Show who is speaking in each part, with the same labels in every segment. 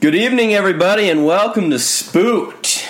Speaker 1: Good evening, everybody, and welcome to Spooked.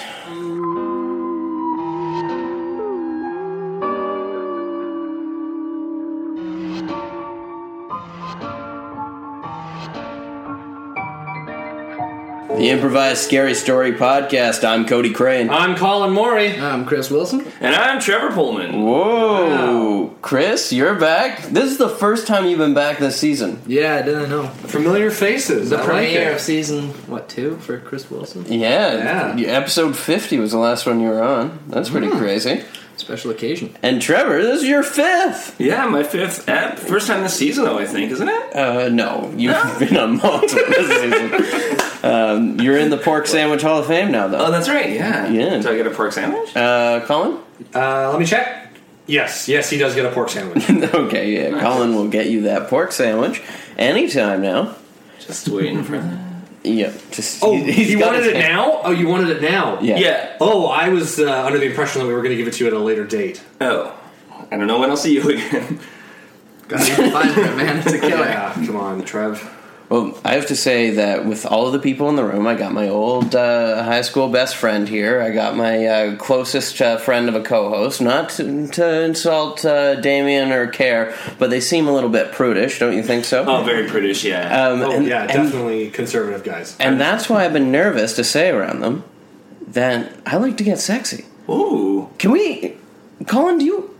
Speaker 1: The Improvised Scary Story Podcast. I'm Cody Crane.
Speaker 2: I'm Colin Morey.
Speaker 3: I'm Um, Chris Wilson.
Speaker 2: And I'm Trevor Pullman.
Speaker 1: Whoa, Chris, you're back. This is the first time you've been back this season.
Speaker 3: Yeah, I didn't know.
Speaker 2: Familiar faces. The
Speaker 3: One year of season what two for Chris Wilson?
Speaker 1: Yeah,
Speaker 2: Yeah. Hmm.
Speaker 1: y- episode 50 was the last one you were on. That's pretty crazy.
Speaker 3: Special occasion.
Speaker 1: And Trevor, this is your fifth.
Speaker 2: Yeah, my fifth app. First time this season, though, I think, isn't it?
Speaker 1: Uh, no, you've been on multiple this season. Um, you're in the Pork Sandwich Hall of Fame now,
Speaker 2: Oh,
Speaker 1: though.
Speaker 2: that's right, yeah.
Speaker 1: Yeah.
Speaker 2: Do I get a pork sandwich?
Speaker 1: Uh, Colin?
Speaker 4: Uh, let me check. Yes, yes, he does get a pork sandwich.
Speaker 1: okay, yeah, Colin will get you that pork sandwich anytime now.
Speaker 2: Just waiting for that.
Speaker 1: Yep, just
Speaker 4: Oh,
Speaker 1: he-
Speaker 4: you
Speaker 1: got
Speaker 4: wanted
Speaker 1: his
Speaker 4: it
Speaker 1: hand-
Speaker 4: now? Oh, you wanted it now?
Speaker 1: Yeah.
Speaker 2: Yeah.
Speaker 4: Oh, I was uh, under the impression that we were going to give it to you at a later date.
Speaker 2: Oh. I don't know when I'll see you again.
Speaker 3: Gotta find it, man. It's a killer.
Speaker 4: Yeah, come on, Trev.
Speaker 1: Well, I have to say that with all of the people in the room, I got my old uh, high school best friend here. I got my uh, closest uh, friend of a co-host. Not to, to insult uh, Damien or Care, but they seem a little bit prudish, don't you think so?
Speaker 2: Oh, very British, yeah.
Speaker 1: Um,
Speaker 4: Oh,
Speaker 1: and,
Speaker 4: yeah,
Speaker 1: and-
Speaker 4: definitely conservative guys.
Speaker 1: And that's why I've been nervous to say around them that I like to get sexy.
Speaker 2: Ooh.
Speaker 1: Can we, Colin? Do you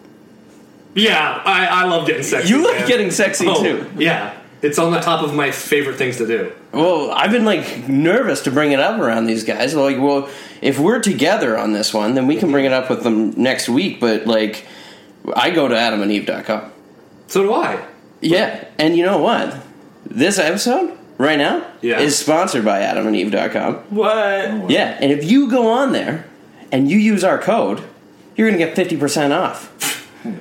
Speaker 4: Yeah, I, I love getting sexy.
Speaker 1: you like
Speaker 4: man.
Speaker 1: getting sexy
Speaker 4: Oh,
Speaker 1: too?
Speaker 4: Yeah, it's on the top of my favorite things to do.
Speaker 1: Well, I've been like nervous to bring it up around these guys. Like, well, if we're together on this one, then we can bring it up with them next week. But like, I go to AdamAndEve.com.
Speaker 4: So do I.
Speaker 1: Yeah, and you know what? This episode right now
Speaker 4: Yeah.
Speaker 1: is sponsored by AdamAndEve.com.
Speaker 2: What?
Speaker 1: Yeah, and if you go on there and you use our code, you're gonna get fifty percent off.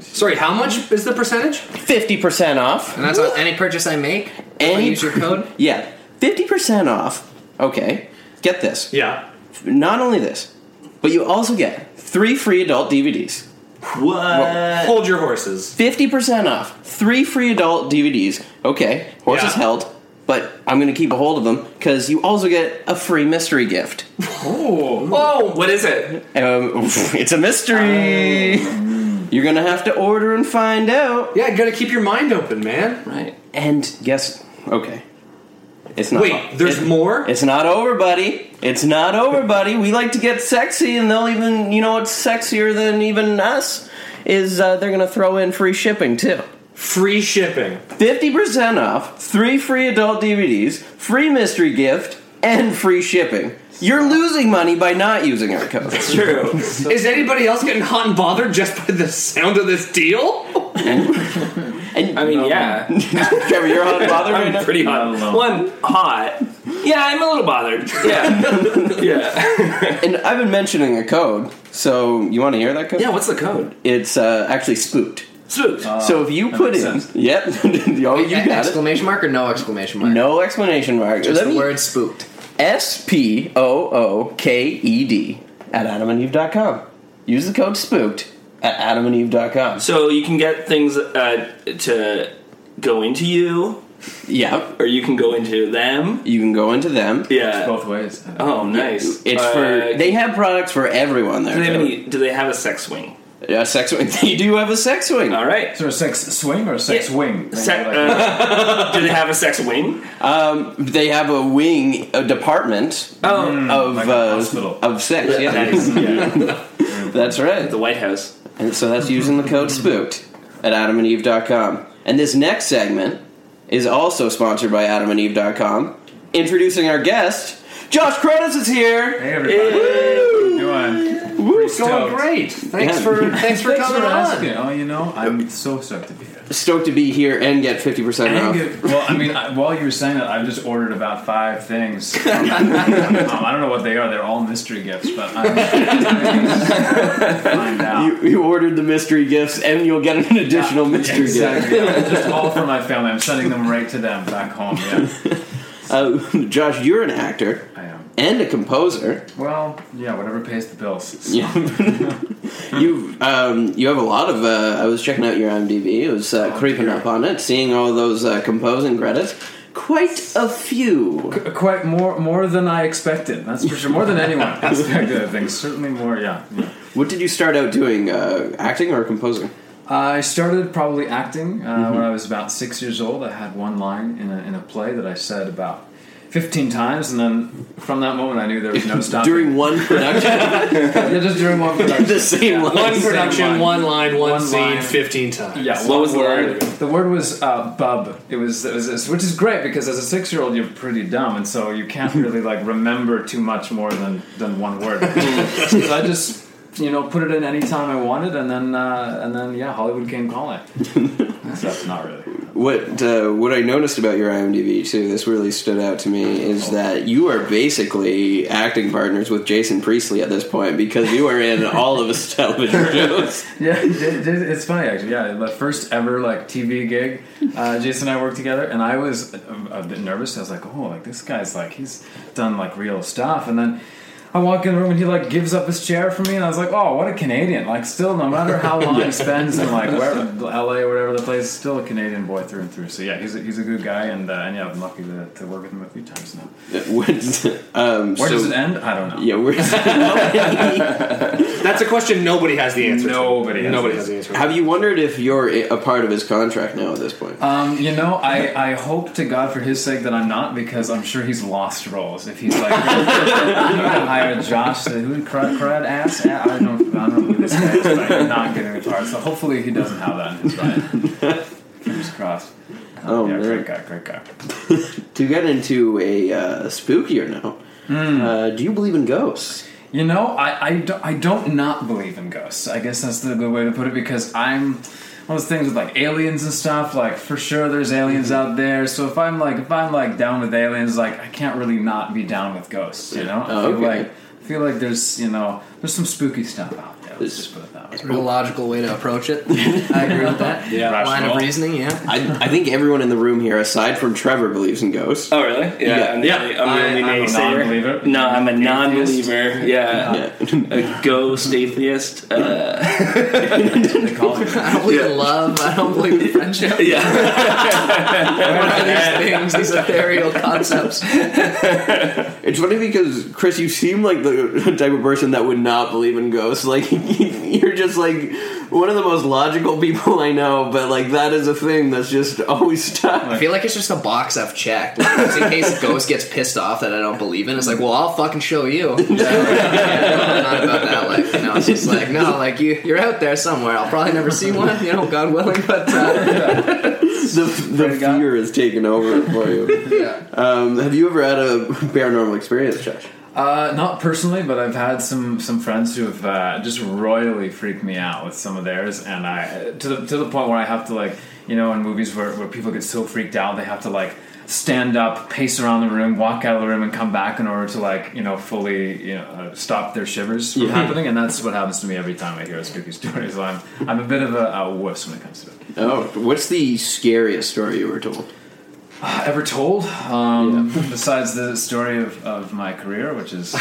Speaker 4: Sorry, how much is the percentage?
Speaker 1: Fifty percent off.
Speaker 3: And that's on any purchase I make. I
Speaker 1: Any
Speaker 3: use your code.
Speaker 1: Yeah, fifty percent off. Okay, get this.
Speaker 4: Yeah.
Speaker 1: Not only this, but you also get three free adult DVDs. Uh,
Speaker 2: What?
Speaker 4: Hold your horses.
Speaker 1: 50% off. Three free adult DVDs. Okay, horse is
Speaker 4: Yeah.
Speaker 1: held, but I'm going to keep a hold of them because you also get a free mystery gift.
Speaker 4: Oh,
Speaker 2: Whoa, what is it?
Speaker 1: Um, it's a mystery.
Speaker 4: Um.
Speaker 1: You're going to have to order and find out.
Speaker 4: Yeah, you gotta keep your mind open,
Speaker 1: Uh,
Speaker 4: man.
Speaker 2: Right.
Speaker 1: And guess, okay. It's not
Speaker 4: Wait, there's
Speaker 1: it-
Speaker 4: more?
Speaker 1: It's not over, buddy. It's not over, buddy. We like to get sexy, and they'll even, you know, what's sexier than even us is uh, they're going to throw in free shipping, too.
Speaker 4: Free shipping.
Speaker 1: 50% off, three free adult DVDs, free mystery gift, and free shipping. You're losing money by not using our code.
Speaker 2: True.
Speaker 4: Is anybody else getting hot and bothered just by the sound of this deal?
Speaker 1: And
Speaker 2: I mean, yeah.
Speaker 1: Trevor, you're hot and Um, bothered right now?
Speaker 2: I'm pretty hot. Well, I'm hot. Yeah, I'm a little bothered. Yeah. yeah.
Speaker 1: and I've been mentioning a code, so you want to hear that code?
Speaker 2: Yeah, what's the code?
Speaker 1: It's uh, actually spooked.
Speaker 2: Spooked.
Speaker 1: so if you put in,
Speaker 2: makes sense.
Speaker 1: yep, oh, you
Speaker 3: E-
Speaker 1: got it.
Speaker 3: exclamation mark or no exclamation mark?
Speaker 1: No explanation mark.
Speaker 3: Just
Speaker 1: Let
Speaker 3: the
Speaker 1: me-
Speaker 3: word spooked.
Speaker 1: S P O O K E D at adamandeve.com. Use the code spooked at adamandeve.com.
Speaker 2: So you can get things uh, to go into you,
Speaker 1: Yep.
Speaker 2: or you can go into them.
Speaker 1: You can go into them.
Speaker 2: Yeah.
Speaker 5: both ways.
Speaker 2: Oh, nice.
Speaker 1: It's
Speaker 2: Uh,
Speaker 1: for they have products for everyone there.
Speaker 2: do they have
Speaker 1: too.
Speaker 2: any? Do they have a sex wing?
Speaker 1: Yeah, sex wing. They do have a sex wing.
Speaker 2: All right.
Speaker 5: Is there a sex swing or a sex
Speaker 2: Yeah.
Speaker 5: wing?
Speaker 2: Se-
Speaker 5: Like-
Speaker 2: uh, do they have a sex wing?
Speaker 1: Um, they have a wing, a department
Speaker 2: Oh,
Speaker 1: of
Speaker 5: Mm, like a
Speaker 1: uh,
Speaker 5: hospital.
Speaker 1: of sex. Yeah,
Speaker 2: nice.
Speaker 5: yeah.
Speaker 1: that's right.
Speaker 2: The White House.
Speaker 1: And so that's using the code spooked at adamandeve.com. And this next segment is also sponsored by adamandeve.com. Introducing our guest, Josh Cronus is here.
Speaker 5: Hey everybody, how you doing?
Speaker 1: Woo,
Speaker 5: Stoked.
Speaker 4: Great. Thanks
Speaker 1: Yeah.
Speaker 4: for thanks for
Speaker 5: Thanks
Speaker 4: coming
Speaker 5: for
Speaker 4: on.
Speaker 5: asking. Oh, you know, I'm so stoked to be here.
Speaker 1: Stoked to be here and get fifty percent
Speaker 5: I
Speaker 1: off.
Speaker 5: didn't get- well, I mean, I, while you were saying that, I've just ordered about five things. um, I don't know what they are. They're all mystery gifts, but I'm find out.
Speaker 1: You, you ordered the mystery gifts, and you'll get an additional mystery gift.
Speaker 5: Exactly. just all for my family. I'm sending them right to them back home. Yeah,
Speaker 1: Uh, Josh, you're an actor
Speaker 5: I am.
Speaker 1: and a composer.
Speaker 5: Well, yeah, whatever pays the bills.
Speaker 1: Yeah.
Speaker 5: Hmm.
Speaker 1: you um, you have a lot of.
Speaker 5: Oh,
Speaker 1: Uh, I was checking out your IMDb. It was uh, creeping up on it, seeing all those uh, composing credits. quite a few.
Speaker 5: Quite more more than I expected. That's for sure. More than anyone expected. I think certainly more. Yeah. yeah.
Speaker 1: What did you start out doing? Uh, acting or composing?
Speaker 5: I started probably acting uh, when I was about six years old. I had one line in a, in a play that I said about fifteen times, and then from that moment I knew there was no stopping.
Speaker 1: During one production,
Speaker 5: yeah, just during one production.
Speaker 1: the same line.
Speaker 4: One
Speaker 5: Same
Speaker 4: production,
Speaker 5: line.
Speaker 4: one line, one,
Speaker 5: One
Speaker 4: scene,
Speaker 5: line.
Speaker 4: fifteen times.
Speaker 5: Yeah,
Speaker 2: What
Speaker 5: one
Speaker 2: was the
Speaker 5: word.
Speaker 2: word?
Speaker 5: The word was uh, bub. It was, it was, which is great because as a six-year-old you're pretty dumb, and so you can't really like remember too much more than than one word. so I just you know put it in any time I wanted, and then uh, and then yeah, Hollywood came calling. so not really.
Speaker 1: What uh, what I noticed about your IMDb too, this really stood out to me, is that you are basically acting partners with Jason Priestley at this point because you are in all of his television shows.
Speaker 5: Yeah, it- it- it's funny actually. Yeah, the first ever like TV gig, uh, Jason and I worked together, and I was a, a bit nervous. I was like, oh, like this guy's like he's done like real stuff, and then. I walk in the room and he like gives up his chair for me, and I was like, "Oh, what a Canadian!" Like, still, no matter how long he spends in like wherever, LA or whatever the place, still a Canadian boy through and through. So yeah, he's a, he's a good guy, and, uh, and yeah, I'm lucky to, to work with him a few times now.
Speaker 1: When's- um,
Speaker 5: Where
Speaker 1: so-
Speaker 5: does it end? I don't know.
Speaker 1: Yeah, where's,
Speaker 4: That's a question nobody has the answer.
Speaker 5: Nobody
Speaker 4: To.
Speaker 5: has
Speaker 4: Nobody
Speaker 5: the
Speaker 4: has the answer.
Speaker 1: have you wondered if you're i- a part of his contract now at this point?
Speaker 5: Um, you know, I, I hope to God for his sake that I'm not because I'm sure he's lost roles. If he's like, you know, hire Josh, the who crud crud ass. I don't, I don't know who this guy is, but I'm not getting the part. So hopefully he doesn't have that in his life. Fingers crossed.
Speaker 1: Oh,
Speaker 5: yeah,
Speaker 1: man.
Speaker 5: great guy, great guy.
Speaker 1: To get into a uh, spookier note, uh, do you believe in ghosts?
Speaker 5: You know, I, I, don't, I don't not believe in ghosts. I guess that's the good way to put it because I'm one of those things with like aliens and stuff. Like for sure, there's aliens
Speaker 1: Mm-hmm.
Speaker 5: out there. So if I'm like if I'm like down with aliens, like I can't really not be down with ghosts. You know,
Speaker 1: Oh,
Speaker 5: I feel
Speaker 1: okay.
Speaker 5: like I feel like there's you know there's some spooky stuff out there. Let's just put it that way.
Speaker 3: Real logical way to approach it. I agree with that.
Speaker 5: Yeah.
Speaker 3: Line
Speaker 5: Rational.
Speaker 3: of reasoning, yeah.
Speaker 1: I, I think everyone in the room here, aside from Trevor, believes in ghosts.
Speaker 2: Oh really? Yeah.
Speaker 1: Yeah.
Speaker 2: I'm, the
Speaker 4: Yeah.
Speaker 2: only- I'm the
Speaker 3: I-
Speaker 2: only
Speaker 5: I'm a
Speaker 2: naysayer.
Speaker 5: non-believer.
Speaker 2: No, I'm a non-believer. Yeah.
Speaker 1: Yeah.
Speaker 2: A ghost atheist. Uh,
Speaker 5: They call it.
Speaker 3: I don't believe in love. I don't believe in friendship.
Speaker 2: yeah.
Speaker 3: What are these things? These ethereal concepts.
Speaker 1: It's funny because Chris, you seem like the type of person that would not believe in ghosts. Like you're just like one of the most logical people I know, but like that is a thing that's just always
Speaker 3: I
Speaker 1: stuck.
Speaker 3: feel like it's just a box I've checked. Like, just in case Ghost gets pissed off that I don't believe in, it's like, well, I'll fucking show you. Yeah, not about that. Like, you know, it's just like, no, like you, you're out there somewhere. I'll probably never see one. You know, God willing. But uh,
Speaker 1: The, the
Speaker 5: to God.
Speaker 1: fear is taking over for you. Um, have you ever had a paranormal experience, Josh?
Speaker 5: Uh, not personally, but I've had some some friends who have uh, just royally freaked me out with some of theirs, and I to the to the point where I have to like you know in movies where where people get so freaked out they have to like stand up, pace around the room, walk out of the room, and come back in order to like you know fully you know uh, stop their shivers from happening, and that's what happens to me every time I hear a spooky story. So I'm I'm a bit of a, a wuss when it comes to it.
Speaker 1: Oh, what's the scariest story you were told?
Speaker 5: Uh, Ever told? Um, Besides the story of, of my career, which is.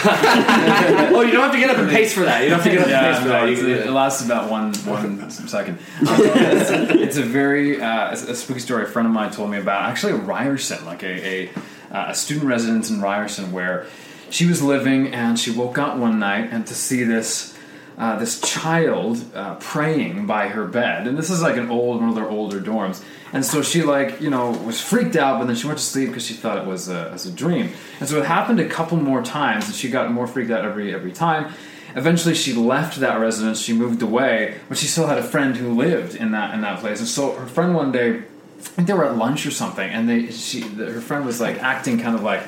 Speaker 4: Oh, you don't have to get up and pace for that. You don't have to get up and pace
Speaker 5: yeah,
Speaker 4: for
Speaker 5: no,
Speaker 4: that. You
Speaker 5: it's,
Speaker 4: can do
Speaker 5: it
Speaker 4: it.
Speaker 5: lasts about one one second. Um, it's, it's a very uh, it's a spooky story. A friend of mine told me about actually Ryerson, like a a, uh, a student residence in Ryerson, where she was living, and she woke up one night and to see this. Uh, this child uh, praying by her bed, and this is like an old one of their older dorms, and so she like you know was freaked out, but then she went to sleep because she thought it was a, as a dream, and so it happened a couple more times, and she got more freaked out every every time, Eventually, she left that residence. She moved away, but she still had a friend who lived in that in that place. And so her friend one day, I think they were at lunch or something, and they she the, her friend was like acting kind of like.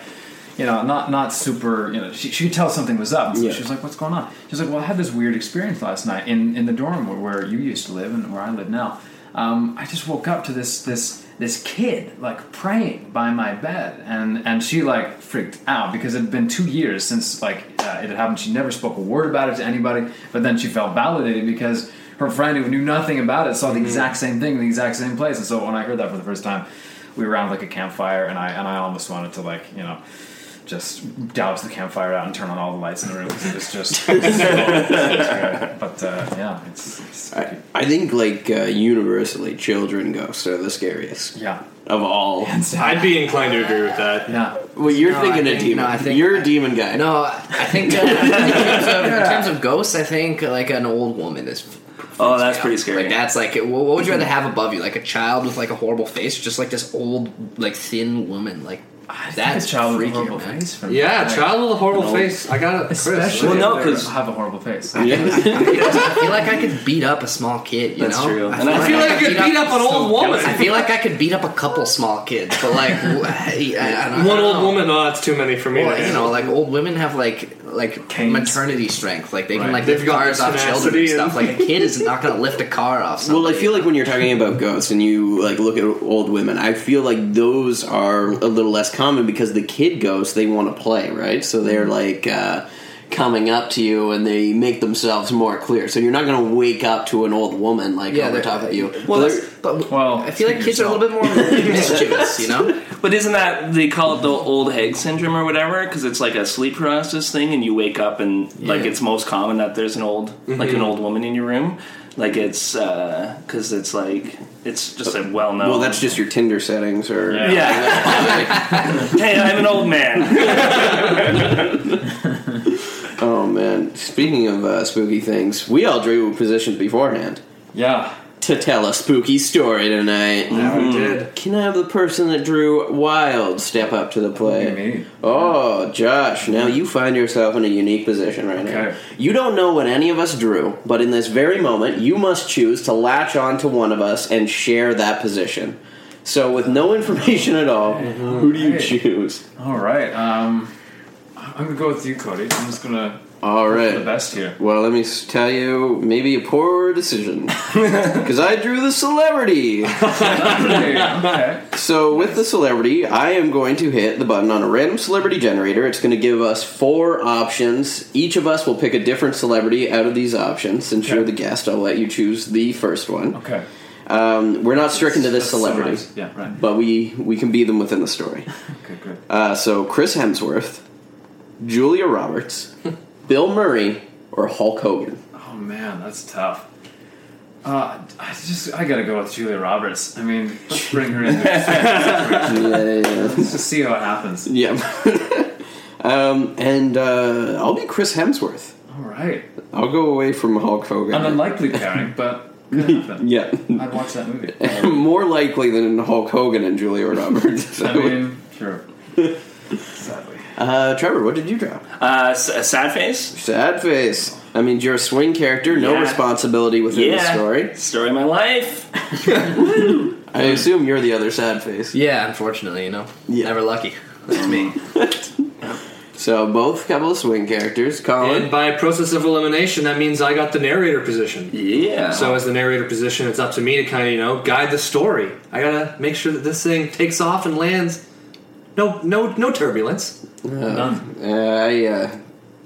Speaker 5: You know, not not super. You know, she, she could tell something was up. And so
Speaker 1: Yeah.
Speaker 5: She was like, "What's going on?" She was like, "Well, I had this weird experience last night in, in the dorm where, where you used to live and where I live now. Um, I just woke up to this this this kid like praying by my bed, and and she like freaked out because it had been two years since like uh, it had happened. She never spoke a word about it to anybody, but then she felt validated because her friend who knew nothing about it saw the exact same thing in the exact same place. And so when I heard that for the first time, we were around like a campfire, and I and I almost wanted to like you know just douse the campfire out and turn on all the lights in the room because it's just. so- it's great. but uh, yeah, it's, it's
Speaker 1: I, I think like uh, universally, children ghosts are the scariest
Speaker 5: yeah,
Speaker 1: of all.
Speaker 6: I'd be inclined to agree with that.
Speaker 5: yeah.
Speaker 1: Well, you're
Speaker 3: No,
Speaker 1: thinking
Speaker 3: I
Speaker 1: a
Speaker 3: think-
Speaker 1: demon.
Speaker 3: no, I think-
Speaker 1: you're a demon guy.
Speaker 3: No, I think uh, in, terms of, in terms of ghosts, I think like an old woman is.
Speaker 2: Oh, that's pretty scary.
Speaker 3: Like that's like what what would you rather have above you? Like a child with like a horrible face, or just like this old like thin woman. Like that's
Speaker 5: a child with a
Speaker 3: freakier,
Speaker 5: horrible
Speaker 3: man.
Speaker 5: face. For me.
Speaker 4: Yeah, child with a horrible face. I got it.
Speaker 5: especially
Speaker 2: Well, no,
Speaker 5: if they
Speaker 2: 'cause-
Speaker 5: have a horrible face.
Speaker 1: Yeah.
Speaker 3: I feel like I could beat up a small kid. You
Speaker 2: That's
Speaker 3: know?
Speaker 2: true.
Speaker 3: I
Speaker 2: And
Speaker 3: feel,
Speaker 2: I
Speaker 4: I feel like I could beat up an old woman.
Speaker 3: I feel like I could beat up a couple small kids, but like w- I, I- I don't, I
Speaker 4: One
Speaker 3: don't
Speaker 4: old
Speaker 3: know.
Speaker 4: woman. Oh, that's too many for me.
Speaker 3: Well,
Speaker 4: to
Speaker 3: you
Speaker 4: handle.
Speaker 3: know, like old women have like like
Speaker 5: Canes.
Speaker 3: maternity strength. Like they can
Speaker 5: Right.
Speaker 3: like lift
Speaker 4: They've got
Speaker 3: cars off children
Speaker 4: tenacity
Speaker 3: and stuff.
Speaker 4: and-
Speaker 3: Like a kid is not gonna lift a car off. Somebody.
Speaker 1: Well, I feel like when you're talking about ghosts and you like look at old women, I feel like those are a little less common because the kid ghosts they want to play, right? So they're like
Speaker 3: Mm-hmm.
Speaker 1: uh, coming up to you and they make themselves more clear. So you're not going to wake up to an old woman like
Speaker 3: yeah,
Speaker 1: over
Speaker 3: they're
Speaker 1: top of you. But
Speaker 3: Well, that's,
Speaker 1: they're-
Speaker 3: but
Speaker 5: Well,
Speaker 3: I feel like
Speaker 5: speak
Speaker 3: kids are a little bit more mischievous. You know,
Speaker 2: But isn't that they call it the old hag syndrome or whatever? Because it's like a sleep paralysis thing, and you wake up and like
Speaker 3: Yeah.
Speaker 2: it's most common that there's an old like an old woman in your room. Like it's because it's like it's just a well known.
Speaker 1: well, that's just your Tinder settings, or
Speaker 5: Yeah.
Speaker 2: yeah. hey, I'm an old man.
Speaker 1: oh man. Speaking of uh, spooky things, we all drew positions beforehand
Speaker 5: Yeah.
Speaker 1: to tell a spooky story tonight.
Speaker 4: we did.
Speaker 1: Can I have the person that drew Wild step up to the plate?
Speaker 5: me.
Speaker 1: Oh, Josh, now you find yourself in a unique position right now.
Speaker 5: Okay.
Speaker 1: You don't know what any of us drew, but in this very moment, you must choose to latch on to one of us and share that position. So, with no information at all, who do you
Speaker 5: Hey.
Speaker 1: choose?
Speaker 5: All right. Um, I'm gonna go with you, Cody. I'm just gonna
Speaker 1: All
Speaker 5: do the
Speaker 1: right.
Speaker 5: best here.
Speaker 1: Well, let me s- tell you, maybe a poor decision. Because I drew the celebrity.
Speaker 5: Okay. okay.
Speaker 1: So with the celebrity, I am going to hit the button on a random celebrity generator. It's going to give us four options. Each of us will pick a different celebrity out of these options. Since you're
Speaker 5: Okay.
Speaker 1: the guest, I'll let you choose the first one.
Speaker 5: Okay.
Speaker 1: Um, we're not stricken to this
Speaker 5: That's so
Speaker 1: celebrity,
Speaker 5: nice. Yeah. Right.
Speaker 1: but we we can be them within the story.
Speaker 5: Okay. Good.
Speaker 1: Uh, so Chris Hemsworth, Julia Roberts, Bill Murray, or Hulk Hogan.
Speaker 5: Oh man, that's tough. Uh, I just I gotta go with Julia Roberts. I mean, let's bring her in. Let's
Speaker 1: Yeah.
Speaker 5: just see how it happens.
Speaker 1: yeah. um, and uh, I'll be Chris Hemsworth.
Speaker 5: All right,
Speaker 1: I'll go away from Hulk Hogan.
Speaker 5: an unlikely pairing, but could happen.
Speaker 1: Yeah,
Speaker 5: I'd watch that movie.
Speaker 1: more likely than Hulk Hogan and Julia Roberts.
Speaker 5: I mean, sure. Sadly.
Speaker 1: uh, Trevor, what did you draw?
Speaker 2: Uh, s- a sad face.
Speaker 1: Sad face. I mean, you're a swing character, no
Speaker 2: Yeah.
Speaker 1: responsibility within the
Speaker 2: Yeah,
Speaker 1: story.
Speaker 2: Story of my life.
Speaker 1: I assume you're the other sad face.
Speaker 3: yeah. Unfortunately, you know,
Speaker 1: Yeah.
Speaker 3: never lucky. That's me.
Speaker 1: So both couple of swing characters.
Speaker 4: And
Speaker 1: Colin,
Speaker 4: by process of elimination, that means I got the narrator position.
Speaker 2: Yeah.
Speaker 4: So as the narrator position, it's up to me to kind of you know guide the story. I gotta make sure that this thing takes off and lands. No, no, no turbulence.
Speaker 1: uh, I uh,